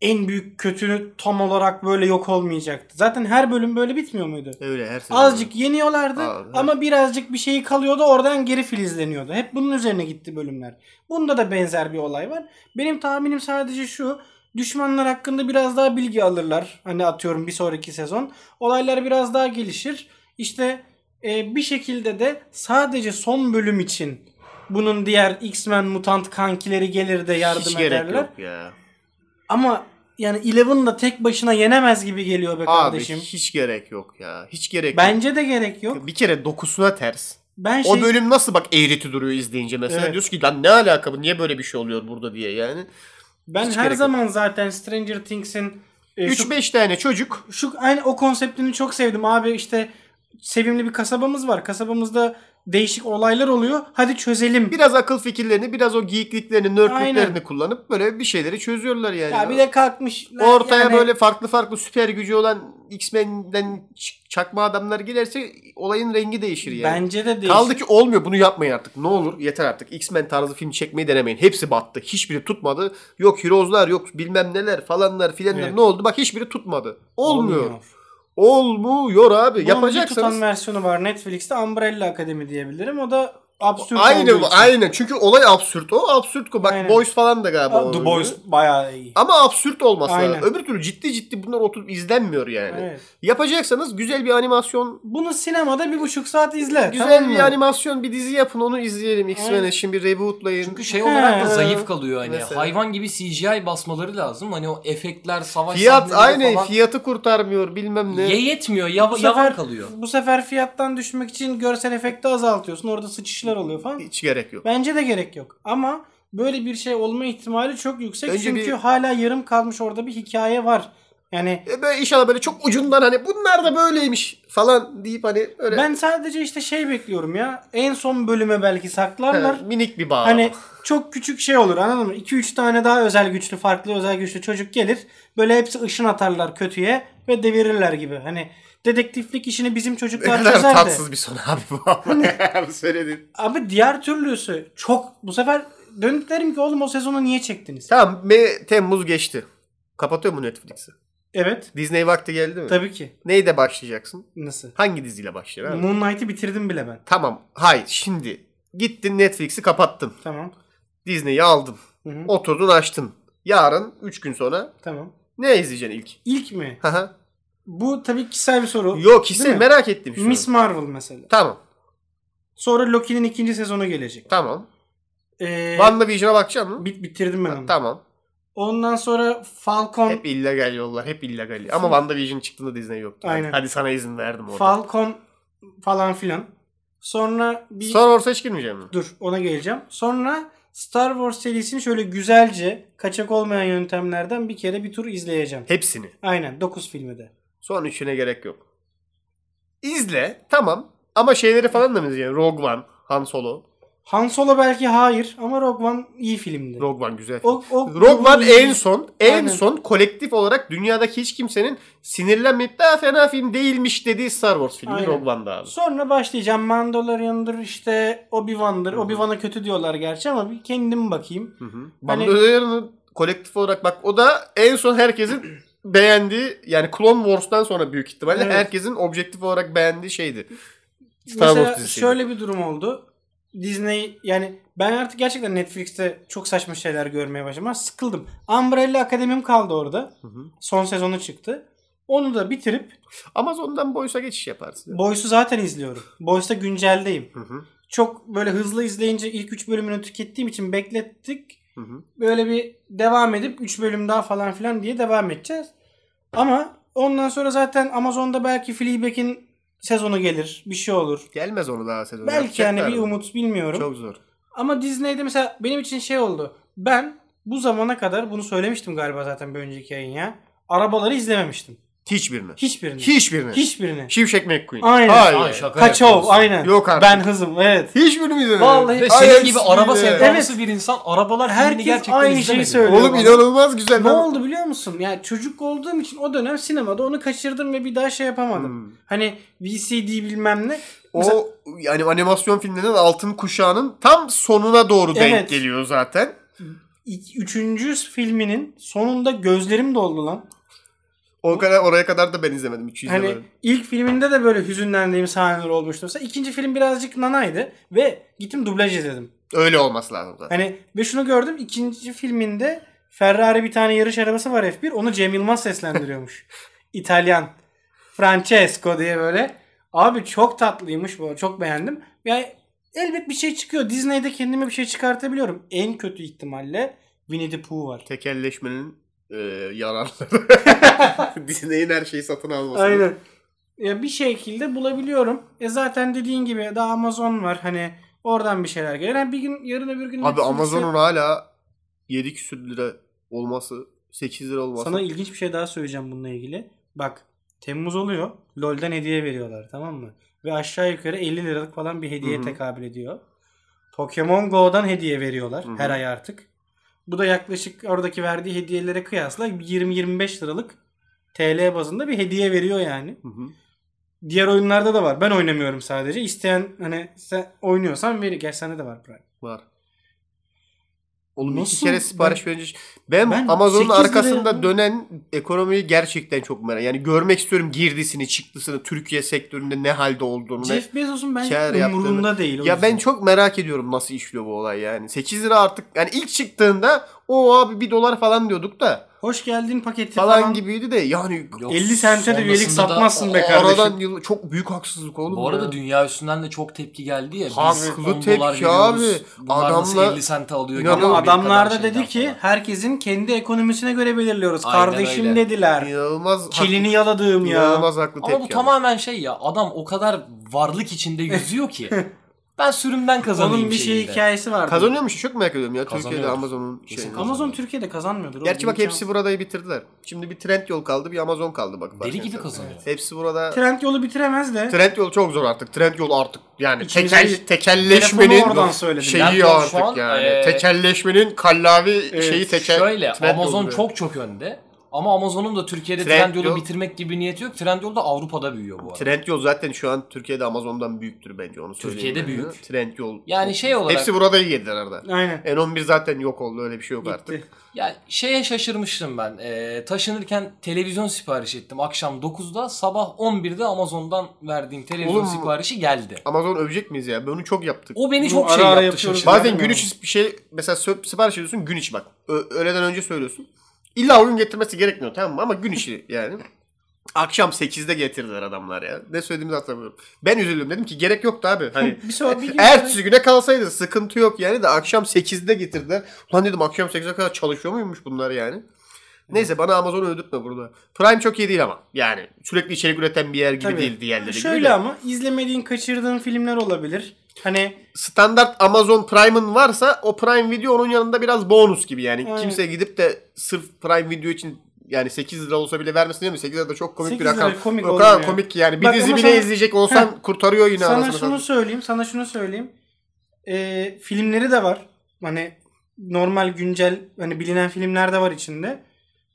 Speaker 2: en büyük kötünü tam olarak böyle yok olmayacaktı. Zaten her bölüm böyle bitmiyor muydu?
Speaker 1: Öyle her sezon.
Speaker 2: Azıcık yeniyorlardı
Speaker 1: Aa, evet.
Speaker 2: ama birazcık bir şey kalıyordu oradan geri filizleniyordu. Hep bunun üzerine gitti bölümler. Bunda da benzer bir olay var. Benim tahminim sadece şu. Düşmanlar hakkında biraz daha bilgi alırlar. Hani atıyorum bir sonraki sezon. Olaylar biraz daha gelişir. İşte e, bir şekilde de sadece son bölüm için bunun diğer X-Men mutant kankileri gelir de yardım
Speaker 1: Hiç
Speaker 2: ederler.
Speaker 1: gerek yok ya.
Speaker 2: Ama yani Eleven da tek başına yenemez gibi geliyor be kardeşim.
Speaker 1: Abi hiç gerek yok ya. Hiç gerek
Speaker 2: Bence de gerek yok.
Speaker 1: yok. Bir kere dokusuna ters.
Speaker 2: Ben şey...
Speaker 1: O bölüm nasıl bak eğriti duruyor izleyince mesela.
Speaker 2: Evet.
Speaker 1: Diyorsun ki lan ne alaka bu niye böyle bir şey oluyor burada diye yani.
Speaker 2: Ben
Speaker 1: Hiç
Speaker 2: her
Speaker 1: gerek yok.
Speaker 2: zaman zaten Stranger Things'in e, şu,
Speaker 1: 3-5 tane çocuk
Speaker 2: şu aynı o konseptini çok sevdim abi işte sevimli bir kasabamız var. Kasabamızda değişik olaylar oluyor. Hadi çözelim.
Speaker 1: Biraz akıl fikirlerini, biraz o giyikliklerini, nörtlüklerini
Speaker 2: Aynen.
Speaker 1: kullanıp böyle bir şeyleri çözüyorlar yani.
Speaker 2: ya bir de kalkmış.
Speaker 1: Ortaya
Speaker 2: yani-
Speaker 1: böyle farklı farklı süper gücü olan X-Men'den ç- çakma adamlar girerse olayın rengi değişir yani.
Speaker 2: bence de değişir.
Speaker 1: Kaldı ki olmuyor bunu yapmayın artık. Ne olur yeter artık. X-Men tarzı film çekmeyi denemeyin. Hepsi battı. Hiçbiri tutmadı. Yok Heroes'lar yok bilmem neler falanlar filanlar
Speaker 2: Evet.
Speaker 1: ne oldu? Bak hiçbiri tutmadı. Olmuyor. Olmuyor,
Speaker 2: Olmuyor.
Speaker 1: abi.
Speaker 2: Bunun bir
Speaker 1: Yapacaksanız
Speaker 2: tutan versiyonu var Netflix'te Umbrella Akademi diyebilirim. O da absürt
Speaker 1: Aynen
Speaker 2: olduğu için.
Speaker 1: aynen. Çünkü olay absürt. O absürt. ko- Bak
Speaker 2: Aynen.
Speaker 1: Boys falan da galiba.
Speaker 2: Aa, The
Speaker 1: öyle.
Speaker 2: Boys bayağı iyi.
Speaker 1: Ama absürt olması lazım.
Speaker 2: Aynen.
Speaker 1: Öbür türlü ciddi ciddi bunlar oturup izlenmiyor yani.
Speaker 2: Evet.
Speaker 1: Yapacaksanız güzel bir animasyon,
Speaker 2: Bunu sinemada bir buçuk saat izle.
Speaker 1: güzel
Speaker 2: tamam
Speaker 1: bir
Speaker 2: mı?
Speaker 1: animasyon bir dizi yapın onu izleyelim. X-Men
Speaker 2: Aynen.
Speaker 1: için bir rebootlayın.
Speaker 3: Çünkü şey olarak da
Speaker 2: He.
Speaker 3: zayıf kalıyor hani.
Speaker 1: Mesela.
Speaker 3: Hayvan gibi CGI basmaları lazım. Hani o efektler, savaş
Speaker 1: Fiyat
Speaker 3: sahneleri
Speaker 1: aynı
Speaker 3: falan.
Speaker 1: fiyatı kurtarmıyor bilmem ne.
Speaker 3: Ye yetmiyor. yav-
Speaker 2: Bu sefer-
Speaker 3: yavan kalıyor.
Speaker 2: Bu sefer fiyattan düşmek için görsel efekti azaltıyorsun. Orada sıçışlar oluyor falan.
Speaker 1: Hiç gerek yok.
Speaker 2: Bence de gerek yok. Ama böyle bir şey olma ihtimali çok yüksek.
Speaker 1: Önce
Speaker 2: çünkü
Speaker 1: bir-
Speaker 2: hala yarım kalmış orada bir hikaye var. Yani
Speaker 1: E Böyle inşallah böyle çok ucundan hani bunlar da böyleymiş falan deyip hani öyle
Speaker 2: ben sadece işte şey bekliyorum ya. En son bölüme belki saklarlar.
Speaker 1: he, minik bir bağ.
Speaker 2: Hani çok küçük şey olur anladın mı? 2-3 tane daha özel güçlü farklı özel güçlü çocuk gelir. Böyle hepsi ışın atarlar kötüye ve devirirler gibi. Hani dedektiflik işini bizim
Speaker 1: ne
Speaker 2: çocuklar
Speaker 1: kadar
Speaker 2: çözer de.
Speaker 1: tatsız bir son abi (laughs) bu. Bu Söylediğin.
Speaker 2: Abi diğer türlüsü çok bu sefer dönüp derim ki oğlum o sezonu niye çektiniz?
Speaker 1: Tamam be, Temmuz geçti. Kapatıyor mu Netflix'i?
Speaker 2: Evet.
Speaker 1: Disney vakti geldi mi?
Speaker 2: Tabii ki.
Speaker 1: Neyle başlayacaksın?
Speaker 2: Nasıl?
Speaker 1: Hangi diziyle başlar abi?
Speaker 2: Moon Knight'ı bitirdim bile ben.
Speaker 1: Tamam. Hayır şimdi. Gittin Netflix'i kapattın.
Speaker 2: Tamam.
Speaker 1: Disney'i aldın.
Speaker 2: Hı hı.
Speaker 1: Oturdun açtın. Yarın 3 gün sonra
Speaker 2: Tamam.
Speaker 1: ne izleyeceksin ilk?
Speaker 2: İlk mi?
Speaker 1: Hı hı.
Speaker 2: Bu tabii kişisel bir soru.
Speaker 1: Yok hisse
Speaker 2: Değil mi?
Speaker 1: merak ettim şu
Speaker 2: Miss
Speaker 1: an.
Speaker 2: Marvel mesela.
Speaker 1: Tamam.
Speaker 2: Sonra Loki'nin ikinci sezonu gelecek.
Speaker 1: Tamam.
Speaker 2: Ee,
Speaker 1: WandaVision'a bakacağım mı?
Speaker 2: bit bitirdim ben onu.
Speaker 1: Tamam.
Speaker 2: Ondan sonra Falcon
Speaker 1: Hep illegal yollar. Hep illegal. Ama WandaVision çıktığında Disney yoktu.
Speaker 2: Aynen.
Speaker 1: Hadi, hadi sana izin verdim orada.
Speaker 2: Falcon falan filan. Sonra bir
Speaker 1: Sonra ortaya hiç girmeyeceğim mi?
Speaker 2: dur ona geleceğim. Sonra Star Wars serisini şöyle güzelce kaçak olmayan yöntemlerden bir kere bir tur izleyeceğim.
Speaker 1: Hepsini.
Speaker 2: Aynen 9 filmi de.
Speaker 1: Son üçüne gerek yok. İzle tamam ama şeyleri falan da mı izleyelim? Rogue One, Han Solo.
Speaker 2: Han Solo belki hayır ama Rogue One iyi filmdi.
Speaker 1: Rogue One güzel.
Speaker 2: O- o-
Speaker 1: Rogue One en son en
Speaker 2: Aynen.
Speaker 1: son kolektif olarak dünyadaki hiç kimsenin sinirlenmeyip daha fena film değilmiş dediği Star Wars filmi
Speaker 2: Aynen.
Speaker 1: Rogue One'da abi.
Speaker 2: Sonra başlayacağım Mandalorian'dır işte Obi-Wan'dır. Obi-Wan'a kötü diyorlar gerçi ama bir kendim bakayım.
Speaker 1: Hı hı.
Speaker 2: Hani-
Speaker 1: Mandalorian'ın kolektif olarak bak o da en son herkesin (clears throat) beğendiği yani Clone Wars'tan sonra büyük ihtimalle
Speaker 2: Evet.
Speaker 1: herkesin objektif olarak beğendiği şeydi. Star
Speaker 2: Mesela
Speaker 1: Wars dizisiydi.
Speaker 2: şöyle bir durum oldu. Disney yani ben artık gerçekten Netflix'te çok saçma şeyler görmeye başladım. Ben Sıkıldım. Umbrella Akademim kaldı orada.
Speaker 1: Hı hı.
Speaker 2: Son sezonu çıktı. Onu da bitirip
Speaker 1: Amazon'dan Boys'a geçiş yaparsın.
Speaker 2: Boys'u zaten izliyorum. Boys'ta günceldeyim.
Speaker 1: Hı hı.
Speaker 2: Çok böyle hızlı izleyince ilk 3 bölümünü tükettiğim için beklettik.
Speaker 1: Hı hı.
Speaker 2: Böyle bir devam edip 3 bölüm daha falan filan diye devam edeceğiz. Ama ondan sonra zaten Amazon'da belki Fleabag'in sezonu gelir. Bir şey olur.
Speaker 1: Gelmez onu daha sezon.
Speaker 2: Belki yani bir umut bilmiyorum.
Speaker 1: Çok zor.
Speaker 2: Ama Disney'de mesela benim için şey oldu. Ben bu zamana kadar bunu söylemiştim galiba zaten bir önceki yayın ya. Arabaları izlememiştim.
Speaker 1: Hiçbirini.
Speaker 2: Hiçbirini.
Speaker 1: Hiçbirini.
Speaker 2: Hiçbirini.
Speaker 1: Şimşek McQueen.
Speaker 2: Aynen.
Speaker 1: Hayır.
Speaker 3: Ay, şaka
Speaker 2: Kaçov
Speaker 3: yapıyorsun.
Speaker 2: aynen.
Speaker 1: Yok artık.
Speaker 2: Ben hızım evet.
Speaker 1: Hiçbirini mi izlemedin?
Speaker 2: Vallahi-
Speaker 3: Ve
Speaker 1: Hayır,
Speaker 3: senin gibi araba
Speaker 1: hiçbirini.
Speaker 3: sevdalısı bir insan arabalar
Speaker 2: Herkes
Speaker 3: filmini gerçekten
Speaker 2: aynı şeyi
Speaker 3: izlemedi.
Speaker 2: söylüyor.
Speaker 1: Oğlum
Speaker 2: bana.
Speaker 1: inanılmaz güzel.
Speaker 2: Ne oldu biliyor musun? Yani çocuk olduğum için o dönem sinemada onu kaçırdım ve bir daha şey yapamadım.
Speaker 1: Hmm.
Speaker 2: Hani VCD bilmem ne. Mesela
Speaker 1: O yani animasyon filmlerinin altın kuşağının tam sonuna doğru
Speaker 2: Evet.
Speaker 1: denk geliyor zaten.
Speaker 2: ik- üçüncü filminin sonunda gözlerim doldu lan.
Speaker 1: O kadar oraya kadar da ben izlemedim. Hiç
Speaker 2: Hani
Speaker 1: izlemedim.
Speaker 2: ilk filminde de böyle hüzünlendiğim sahneler olmuştu. Mesela ikinci film birazcık nanaydı ve gittim dublaj izledim.
Speaker 1: Öyle olması lazım zaten.
Speaker 2: Hani ve şunu gördüm ikinci filminde Ferrari bir tane yarış arabası var F1 onu Cem
Speaker 1: (laughs)
Speaker 2: Yılmaz seslendiriyormuş. İtalyan. Francesco diye böyle. Abi çok tatlıymış bu. Çok beğendim. Yani elbet bir şey çıkıyor. Disney'de kendime bir şey çıkartabiliyorum. En kötü ihtimalle Winnie the Pooh var.
Speaker 1: Tekelleşmenin e,
Speaker 2: (laughs)
Speaker 1: yararları. (laughs) Disney'in her şeyi satın alması.
Speaker 2: Aynen. Ya bir şekilde bulabiliyorum. E zaten dediğin gibi daha Amazon var. Hani oradan bir şeyler gelir. Yani bir gün yarın öbür gün
Speaker 1: Abi
Speaker 2: Netflix'e-
Speaker 1: Amazon'un hala 7 küsür lira olması, 8 lira olması.
Speaker 2: Sana ilginç bir şey daha söyleyeceğim bununla ilgili. Bak Temmuz oluyor. LoL'den hediye veriyorlar tamam mı? Ve aşağı yukarı 50 liralık falan bir hediye
Speaker 1: Hı hı.
Speaker 2: tekabül ediyor. Pokemon Go'dan hediye veriyorlar
Speaker 1: Hı hı.
Speaker 2: her ay artık. Bu da yaklaşık oradaki verdiği hediyelere kıyasla 20-25 liralık TL bazında bir hediye veriyor yani.
Speaker 1: Hı hı.
Speaker 2: Diğer oyunlarda da var. Ben oynamıyorum sadece. İsteyen hani sen oynuyorsan verir. Gerçi sende de var Prime.
Speaker 1: Var. Oğlum iki
Speaker 2: Nasıl?
Speaker 1: kere sipariş verince ben,
Speaker 2: Ben
Speaker 1: Amazon'un
Speaker 2: 8 liraya-
Speaker 1: arkasında dönen ekonomiyi gerçekten çok merak. Yani görmek istiyorum girdisini, çıktısını, Türkiye sektöründe ne halde olduğunu. ne-
Speaker 2: Jeff Bezos'un bence
Speaker 1: kar yaptığını-
Speaker 2: umurunda değil. o
Speaker 1: Ya ben
Speaker 2: yüzden.
Speaker 1: çok merak ediyorum nasıl işliyor bu olay yani. 8 lira artık yani ilk çıktığında o abi 1 dolar falan diyorduk da
Speaker 2: Hoş geldin paketi
Speaker 1: falan,
Speaker 2: falan,
Speaker 1: gibiydi de yani
Speaker 3: Yok,
Speaker 2: 50 sente de üyelik
Speaker 3: sonrasında da-
Speaker 2: satmazsın be
Speaker 3: Aa,
Speaker 2: kardeşim.
Speaker 1: aradan yıl çok büyük haksızlık oğlum.
Speaker 3: Bu arada
Speaker 1: ya.
Speaker 3: dünya üstünden de çok tepki geldi ya. Biz
Speaker 1: Haklı
Speaker 3: 10
Speaker 1: tepki
Speaker 3: dolar veriyoruz,
Speaker 1: abi.
Speaker 3: Bunlar nasıl
Speaker 1: Adamla-
Speaker 3: 50 sent alıyor.
Speaker 1: İnanın
Speaker 3: gibi şey
Speaker 2: Ama
Speaker 3: Amerika'dan
Speaker 2: adamlar da dedi
Speaker 3: şeyden
Speaker 2: ki
Speaker 3: falan.
Speaker 2: herkesin kendi ekonomisine göre belirliyoruz.
Speaker 3: Aynen
Speaker 2: Kardeşim
Speaker 3: öyle.
Speaker 2: dediler.
Speaker 1: inanılmaz
Speaker 2: Kelini yaladığım
Speaker 1: haklı,
Speaker 2: ya.
Speaker 1: inanılmaz haklı tepki.
Speaker 3: Ama bu tamamen şey ya. Adam o kadar varlık içinde yüzüyor ki. ben sürümden kazanayım
Speaker 2: Onun bir şey
Speaker 3: şeyinde.
Speaker 2: hikayesi vardı.
Speaker 1: Kazanıyormuş çok merak ediyorum ya Türkiye'de
Speaker 3: Kazanıyordur.
Speaker 1: Amazon'un
Speaker 3: Kesin
Speaker 1: şeyini.
Speaker 3: kazanıyor.
Speaker 2: Amazon Türkiye'de kazanmıyordur. oğlum.
Speaker 1: Gerçi bak
Speaker 2: İmkan-
Speaker 1: hepsi buradayı bitirdiler. Şimdi bir trend yol kaldı bir Amazon kaldı bak.
Speaker 3: Deli
Speaker 1: zaten
Speaker 3: gibi
Speaker 1: sen.
Speaker 3: kazanıyor.
Speaker 1: Hepsi burada.
Speaker 2: Trend yolu bitiremez de.
Speaker 1: Trend yol çok zor artık. Trend yol artık yani
Speaker 2: İçimize
Speaker 1: tekel,
Speaker 2: bir-
Speaker 1: tekelleşmenin
Speaker 2: Telefonu oradan söyledim.
Speaker 1: şeyi
Speaker 3: Ben de şu
Speaker 1: artık
Speaker 3: an,
Speaker 1: yani.
Speaker 3: eee,
Speaker 1: Tekelleşmenin kallavi şeyi tekel.
Speaker 3: Şöyle
Speaker 1: trend
Speaker 3: Amazon
Speaker 1: yolu.
Speaker 3: çok çok önde. Ama Amazon'un da Türkiye'de
Speaker 1: Trendyol-
Speaker 3: Trendyol'u bitirmek gibi niyeti yok. Trendyol da Avrupa'da büyüyor bu arada.
Speaker 1: Trend yol zaten şu an Türkiye'de Amazon'dan büyüktür bence onu söyleyeyim.
Speaker 3: Türkiye'de
Speaker 1: yani.
Speaker 3: büyük.
Speaker 1: Trend yol.
Speaker 3: Yani
Speaker 1: çok-
Speaker 3: şey olarak-
Speaker 1: Hepsi burada yediler arada.
Speaker 2: Aynen.
Speaker 1: N11 zaten yok oldu öyle bir şey yok artık.
Speaker 2: Gitti.
Speaker 3: Ya şeye şaşırmıştım ben. Ee, taşınırken televizyon sipariş ettim. Akşam 9'da sabah 11'de Amazon'dan verdiğim televizyon
Speaker 1: Oğlum.
Speaker 3: siparişi geldi.
Speaker 1: Amazon övecek miyiz ya? Bunu çok yaptık.
Speaker 3: O beni
Speaker 2: Bunu
Speaker 3: çok
Speaker 2: ara
Speaker 3: şey
Speaker 2: ara
Speaker 3: yaptı
Speaker 2: yapıyoruz.
Speaker 3: şaşırdım.
Speaker 1: Bazen
Speaker 2: Vermiyor
Speaker 1: gün
Speaker 2: mu?
Speaker 1: içi bir şey mesela sö- sipariş ediyorsun gün içi bak. Ö- öğleden önce söylüyorsun. İlla o gün getirmesi gerekmiyor tamam mı? Ama gün içi yani. Akşam 8'de getirdiler adamlar ya. Ne söylediğimizi hatırlamıyorum. Ben üzüldüm dedim ki gerek yoktu abi. Hani
Speaker 2: (laughs) Bir sonra bir gün
Speaker 1: ertesi güne kalsaydı sıkıntı yok yani de akşam 8'de getirdiler. Ulan dedim akşam 8'e kadar çalışıyor muymuş bunlar yani? Neyse bana Amazon'u ödütme burada. Prime çok iyi değil ama. Yani sürekli içerik üreten bir yer gibi
Speaker 2: Tabii.
Speaker 1: değil diğerleri gibi.
Speaker 2: Şöyle
Speaker 1: de.
Speaker 2: ama izlemediğin, kaçırdığın filmler olabilir. Hani
Speaker 1: standart Amazon Prime'ın varsa o Prime Video onun yanında biraz bonus gibi yani.
Speaker 2: Evet.
Speaker 1: Kimse gidip de sırf Prime Video için yani 8 lira olsa bile vermesin değil mi? 8 lira da çok komik bir
Speaker 2: 8 lira
Speaker 1: rakam.
Speaker 2: komik
Speaker 1: o kadar
Speaker 2: olmuyor.
Speaker 1: komik ki yani. Bir
Speaker 2: Bak
Speaker 1: dizi
Speaker 2: ama
Speaker 1: bile
Speaker 2: sana-
Speaker 1: izleyecek olsan kurtarıyor yine
Speaker 2: sana
Speaker 1: anasını
Speaker 2: şunu
Speaker 1: satayım.
Speaker 2: söyleyeyim, sana şunu söyleyeyim. Ee, filmleri de var. Hani normal güncel hani bilinen filmler de var içinde.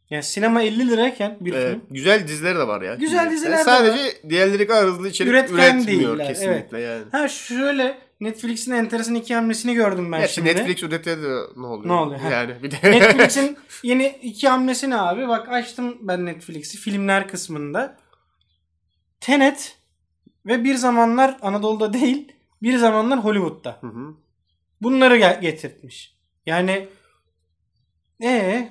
Speaker 2: Yani sinema 50 lirayken bir
Speaker 1: Evet,
Speaker 2: film.
Speaker 1: güzel diziler de var ya.
Speaker 2: Güzel
Speaker 1: Yani
Speaker 2: diziler de
Speaker 1: sadece diğerleri kadar hızlı içerik
Speaker 2: Üretken
Speaker 1: üretmiyor
Speaker 2: değiller,
Speaker 1: kesinlikle yani.
Speaker 2: Ha şöyle Netflix'in enteresan iki hamlesini gördüm ben
Speaker 1: Gerçi
Speaker 2: şimdi.
Speaker 1: Netflix üretir de ne oluyor?
Speaker 2: Ne oluyor? Ha.
Speaker 1: Yani bir de
Speaker 2: (laughs) Netflix'in yeni iki hamlesi ne abi? Bak açtım ben Netflix'i filmler kısmında. Tenet ve Bir Zamanlar Anadolu'da değil, Bir Zamanlar Hollywood'da.
Speaker 1: (laughs) Hı hı.
Speaker 2: Bunları gel- getirtmiş. Yani ee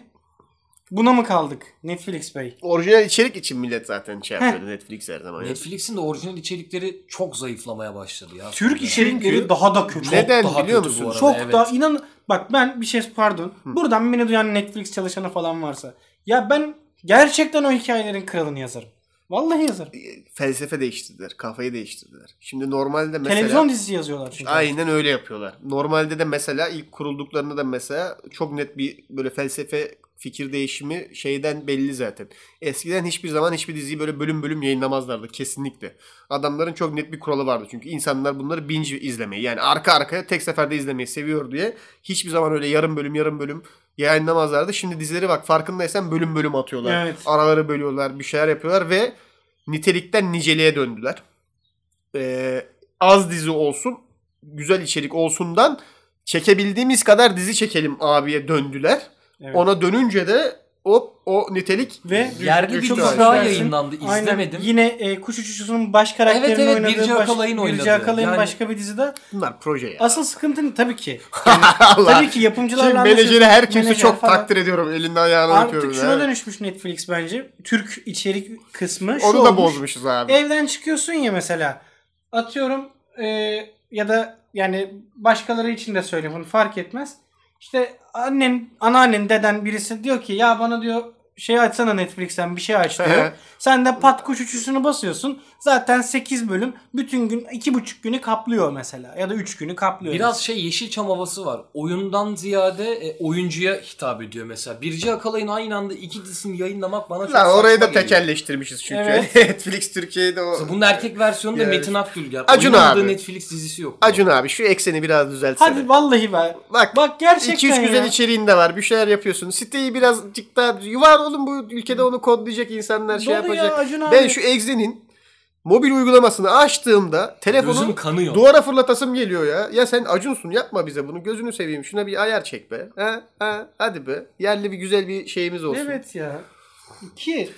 Speaker 2: buna mı kaldık Netflix Bey?
Speaker 1: Orijinal içerik için millet zaten şey
Speaker 2: Heh.
Speaker 1: yapıyor Netflix her zaman. yani.
Speaker 3: Netflix'in de orijinal içerikleri çok zayıflamaya başladı ya.
Speaker 2: Türk içerikleri
Speaker 1: Çünkü-
Speaker 2: daha da kötü.
Speaker 3: Çok
Speaker 1: Neden
Speaker 3: daha
Speaker 1: biliyor
Speaker 3: kötü bu
Speaker 1: musun?
Speaker 3: arada,
Speaker 2: Çok
Speaker 3: evet.
Speaker 2: da inan bak ben bir şey pardon. Buradan beni duyan Netflix çalışanı falan varsa ya ben gerçekten o hikayelerin kralını yazarım. Vallahi yazarım.
Speaker 1: Felsefe değiştirdiler. Kafayı değiştirdiler. Şimdi normalde mesela...
Speaker 2: Televizyon dizisi yazıyorlar çünkü.
Speaker 1: Aynen öyle yapıyorlar. Normalde de mesela ilk kurulduklarında da mesela çok net bir böyle felsefe fikir değişimi şeyden belli zaten. Eskiden hiçbir zaman hiçbir diziyi böyle bölüm bölüm yayınlamazlardı kesinlikle. Adamların çok net bir kuralı vardı çünkü insanlar bunları binge izlemeyi yani arka arkaya tek seferde izlemeyi seviyor diye hiçbir zaman öyle yarım bölüm yarım bölüm yayınlamazlardı. Şimdi dizileri bak farkındaysan bölüm bölüm atıyorlar.
Speaker 2: Evet.
Speaker 1: Araları bölüyorlar bir şeyler yapıyorlar ve nitelikten niceliğe döndüler. Ee, az dizi olsun güzel içerik olsundan çekebildiğimiz kadar dizi çekelim abiye döndüler.
Speaker 2: Evet.
Speaker 1: Ona dönünce de hop o nitelik
Speaker 2: Ve
Speaker 3: Yerli bir
Speaker 1: düştü
Speaker 3: dizi
Speaker 1: aşağı.
Speaker 3: daha
Speaker 2: Dersin.
Speaker 3: yayınlandı.
Speaker 2: Aynen.
Speaker 3: İzlemedim.
Speaker 2: Yine e, Kuş Uçuşu'nun baş karakterini
Speaker 3: Evet, evet,
Speaker 2: oynadığı
Speaker 3: Birce
Speaker 2: baş-
Speaker 3: Akalay'ın oynadığı.
Speaker 2: Birce Akalay'ın
Speaker 3: Yani-
Speaker 2: başka bir dizide.
Speaker 1: Bunlar proje ya.
Speaker 2: Asıl sıkıntı tabii ki. Yani
Speaker 1: (laughs) Allah.
Speaker 2: tabii ki yapımcılarla
Speaker 1: Şimdi
Speaker 2: anlaşıyorsun,
Speaker 1: menajeri her kimse
Speaker 2: menajer
Speaker 1: çok
Speaker 2: falan.
Speaker 1: takdir ediyorum. Elinden ayağını öpüyorum.
Speaker 2: Artık şuna
Speaker 1: yani.
Speaker 2: dönüşmüş Netflix bence. Türk içerik kısmı. şu
Speaker 1: Onu da
Speaker 2: olmuş.
Speaker 1: bozmuşuz abi.
Speaker 2: Evden çıkıyorsun ya mesela. Atıyorum e, ya da yani başkaları için de söyleyeyim bunu fark etmez. İşte annen, anneannen, deden birisi diyor ki ya bana diyor şey açsana Netflix'ten bir şey aç diyor. Sen de pat kuş üçüsünü basıyorsun. Zaten 8 bölüm bütün gün 2,5 günü kaplıyor mesela ya da 3 günü kaplıyor.
Speaker 3: Biraz şey Yeşilçam havası var. Oyundan ziyade e, oyuncuya hitap ediyor mesela. Birce Akalay'ın aynı anda iki dizisini yayınlamak bana çok
Speaker 1: Lan orayı
Speaker 3: saçma
Speaker 1: da
Speaker 3: geliyor.
Speaker 1: tekelleştirmişiz çünkü.
Speaker 2: Evet.
Speaker 1: (laughs) Netflix Türkiye'de o.
Speaker 3: Bunun erkek versiyonu da
Speaker 1: Yani-
Speaker 3: Metin Akgülger.
Speaker 1: Acun
Speaker 3: Oynadığı
Speaker 1: abi.
Speaker 3: Netflix dizisi yok.
Speaker 1: Acun abi şu ekseni biraz düzeltsene.
Speaker 2: Hadi vallahi ver.
Speaker 1: Bak,
Speaker 2: Bak gerçekten
Speaker 1: 2-3
Speaker 2: ya.
Speaker 1: güzel içeriğin de var. Bir şeyler yapıyorsun. Siteyi birazcık daha yuvar oğlum bu ülkede onu kodlayacak insanlar şey
Speaker 2: Doğru ya,
Speaker 1: yapacak.
Speaker 2: Acun abi.
Speaker 1: Ben şu Exe'nin mobil uygulamasını açtığımda
Speaker 3: Gözüm
Speaker 1: telefonum
Speaker 3: kanıyor.
Speaker 1: duvara fırlatasım geliyor ya. Ya sen Acun'sun yapma bize bunu. Gözünü seveyim. Şuna bir ayar çek be. Ha, ha, hadi be. Yerli bir güzel bir şeyimiz olsun.
Speaker 2: Evet ya. İki.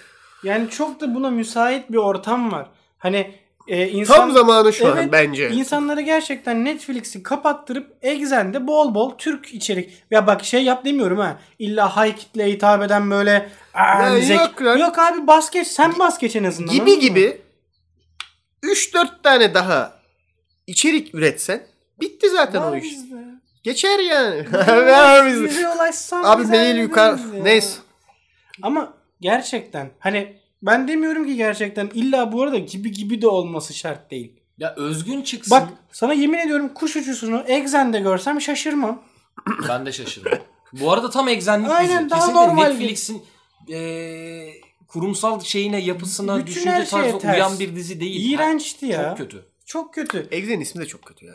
Speaker 2: Yani çok da buna müsait bir ortam var. Hani e, insan...
Speaker 1: Tam zamanı şu an bence.
Speaker 2: İnsanları gerçekten Netflix'i kapattırıp Exxen'de bol bol Türk içerik. Ya bak şey yap demiyorum ha. İlla high kitleye hitap eden böyle "Aa,
Speaker 1: Ya
Speaker 2: zek-"
Speaker 1: yok lan.
Speaker 2: Yok abi basket. Sen basket en azından. anladın
Speaker 1: gibi
Speaker 2: mı?
Speaker 1: gibi 3-4 tane daha içerik üretsen bitti zaten
Speaker 2: Var
Speaker 1: o iş.
Speaker 2: bizde.
Speaker 1: Geçer yani. (laughs) Var
Speaker 2: Var
Speaker 1: bizde.
Speaker 2: bize ulaşsan
Speaker 1: Abi
Speaker 2: biz
Speaker 1: mail
Speaker 2: hallederiz
Speaker 1: yukarı.
Speaker 2: ya.
Speaker 1: Neyse.
Speaker 2: Ama gerçekten hani ben demiyorum ki gerçekten illa bu arada gibi gibi de olması şart değil.
Speaker 3: Ya özgün çıksın.
Speaker 2: Bak sana yemin ediyorum kuş uçusunu Exxen'de görsem şaşırmam.
Speaker 3: (clears throat) Ben de şaşırdım. Bu arada tam egzenlik
Speaker 2: Aynen,
Speaker 3: bizi.
Speaker 2: daha
Speaker 3: Kesinlikle
Speaker 2: normal
Speaker 3: Netflix'in eee, kurumsal şeyine, yapısına,
Speaker 2: Bütün her
Speaker 3: düşünce
Speaker 2: şeye
Speaker 3: tarzı
Speaker 2: ters.
Speaker 3: uyan bir dizi değil.
Speaker 2: İğrençti
Speaker 3: Ha,
Speaker 2: ya.
Speaker 3: Çok kötü.
Speaker 2: Çok kötü.
Speaker 1: Exe'nin ismi de çok kötü ya.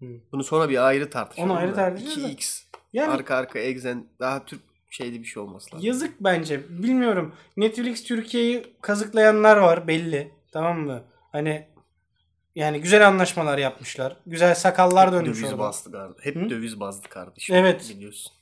Speaker 2: Hı.
Speaker 1: Bunu sonra bir ayrı tartışalım.
Speaker 2: Onu ayrı
Speaker 1: da.
Speaker 2: tartışırız da.
Speaker 1: 2x.
Speaker 2: Yani
Speaker 1: Arka arka Exen daha Türk şeyli bir şey olması lazım.
Speaker 2: yazık bence. Bilmiyorum. Netflix Türkiye'yi kazıklayanlar var belli. Tamam mı? Hani yani güzel anlaşmalar yapmışlar. Güzel sakallar
Speaker 1: Hep
Speaker 2: dönmüş
Speaker 1: döviz
Speaker 2: orada.
Speaker 1: bastı kardeşim. Hep
Speaker 2: Hı?
Speaker 1: döviz bazlı kardeşim.
Speaker 2: Evet.
Speaker 1: Biliyorsun.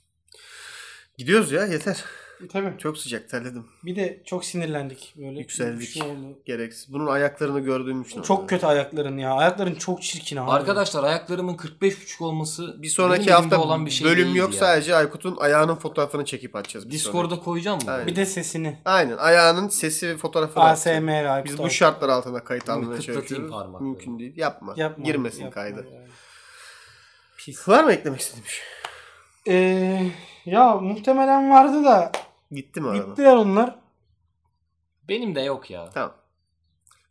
Speaker 1: Gidiyoruz ya yeter.
Speaker 2: E, Tabii.
Speaker 1: Çok sıcak terledim.
Speaker 2: Bir de çok sinirlendik böyle.
Speaker 1: Yükseldik.
Speaker 2: Bir şey oldu.
Speaker 1: Gereksiz. Bunun ayaklarını gördüğüm için. oldu.
Speaker 2: Çok kötü ayakların ya. Ayakların çok çirkin abi.
Speaker 3: Arkadaşlar ayaklarımın 45.5 olması
Speaker 1: Bir
Speaker 3: benim
Speaker 1: sonraki
Speaker 3: elimde
Speaker 1: hafta
Speaker 3: olan bir şey
Speaker 1: bölüm
Speaker 3: değil
Speaker 1: yok
Speaker 3: ya.
Speaker 1: sadece Aykut'un ayağının fotoğrafını çekip açacağız. bir sonraki.
Speaker 3: Discord'a koyacağım mı?
Speaker 1: Aynen.
Speaker 2: bir de sesini.
Speaker 1: Aynen ayağının sesi ve fotoğrafını atacağız.
Speaker 2: ASMR Aykut
Speaker 1: Biz bu
Speaker 2: Aykut.
Speaker 1: şartlar altında kayıt
Speaker 3: Değil mi?
Speaker 1: almaya
Speaker 3: Kıtlatayım
Speaker 1: çalışıyoruz.
Speaker 3: parmakları.
Speaker 1: Mümkün değil. Yapma.
Speaker 2: Yapma,
Speaker 1: Girmesin
Speaker 2: yapma
Speaker 1: kayda.
Speaker 2: ya. Pis.
Speaker 1: Var mı eklemek istediğim bir şey?
Speaker 2: Ee, ya muhtemelen vardı da
Speaker 1: Gitti mi arada?
Speaker 2: bittiler onlar.
Speaker 3: Benim de yok ya.
Speaker 1: Tamam.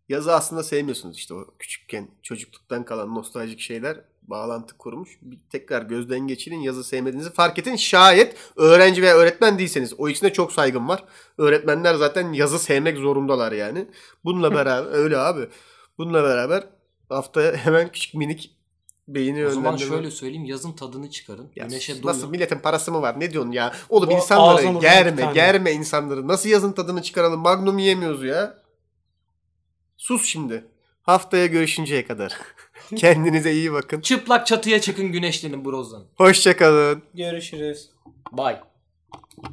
Speaker 1: Yazı aslında sevmiyorsunuz işte o küçükken çocukluktan kalan nostaljik şeyler bağlantı kurmuş. Bir tekrar gözden geçirin yazı sevmediğinizi fark edin. Şayet öğrenci veya öğretmen değilseniz. O ikisine çok saygım var. Öğretmenler zaten yazı sevmek zorundalar yani. Bununla beraber öyle abi. Bununla beraber haftaya hemen küçük minik beyni
Speaker 3: O zaman
Speaker 1: yönlendirme.
Speaker 3: şöyle söyleyeyim yazın tadını çıkarın.
Speaker 1: Ya
Speaker 3: Güneşe doyun.
Speaker 1: nasıl milletin parası mı var? Ne diyorsun ya? Oğlum
Speaker 2: Bu ağzına
Speaker 1: insanları
Speaker 2: vurdu bir
Speaker 1: germe,
Speaker 2: tane.
Speaker 1: germe insanları. Nasıl yazın tadını çıkaralım? Magnum yiyemiyoruz ya. Sus şimdi. Haftaya görüşünceye kadar. (laughs) Kendinize iyi bakın.
Speaker 3: Çıplak çatıya çıkın güneşlenin brozdan.
Speaker 1: Hoşçakalın.
Speaker 2: Görüşürüz.
Speaker 3: Bye.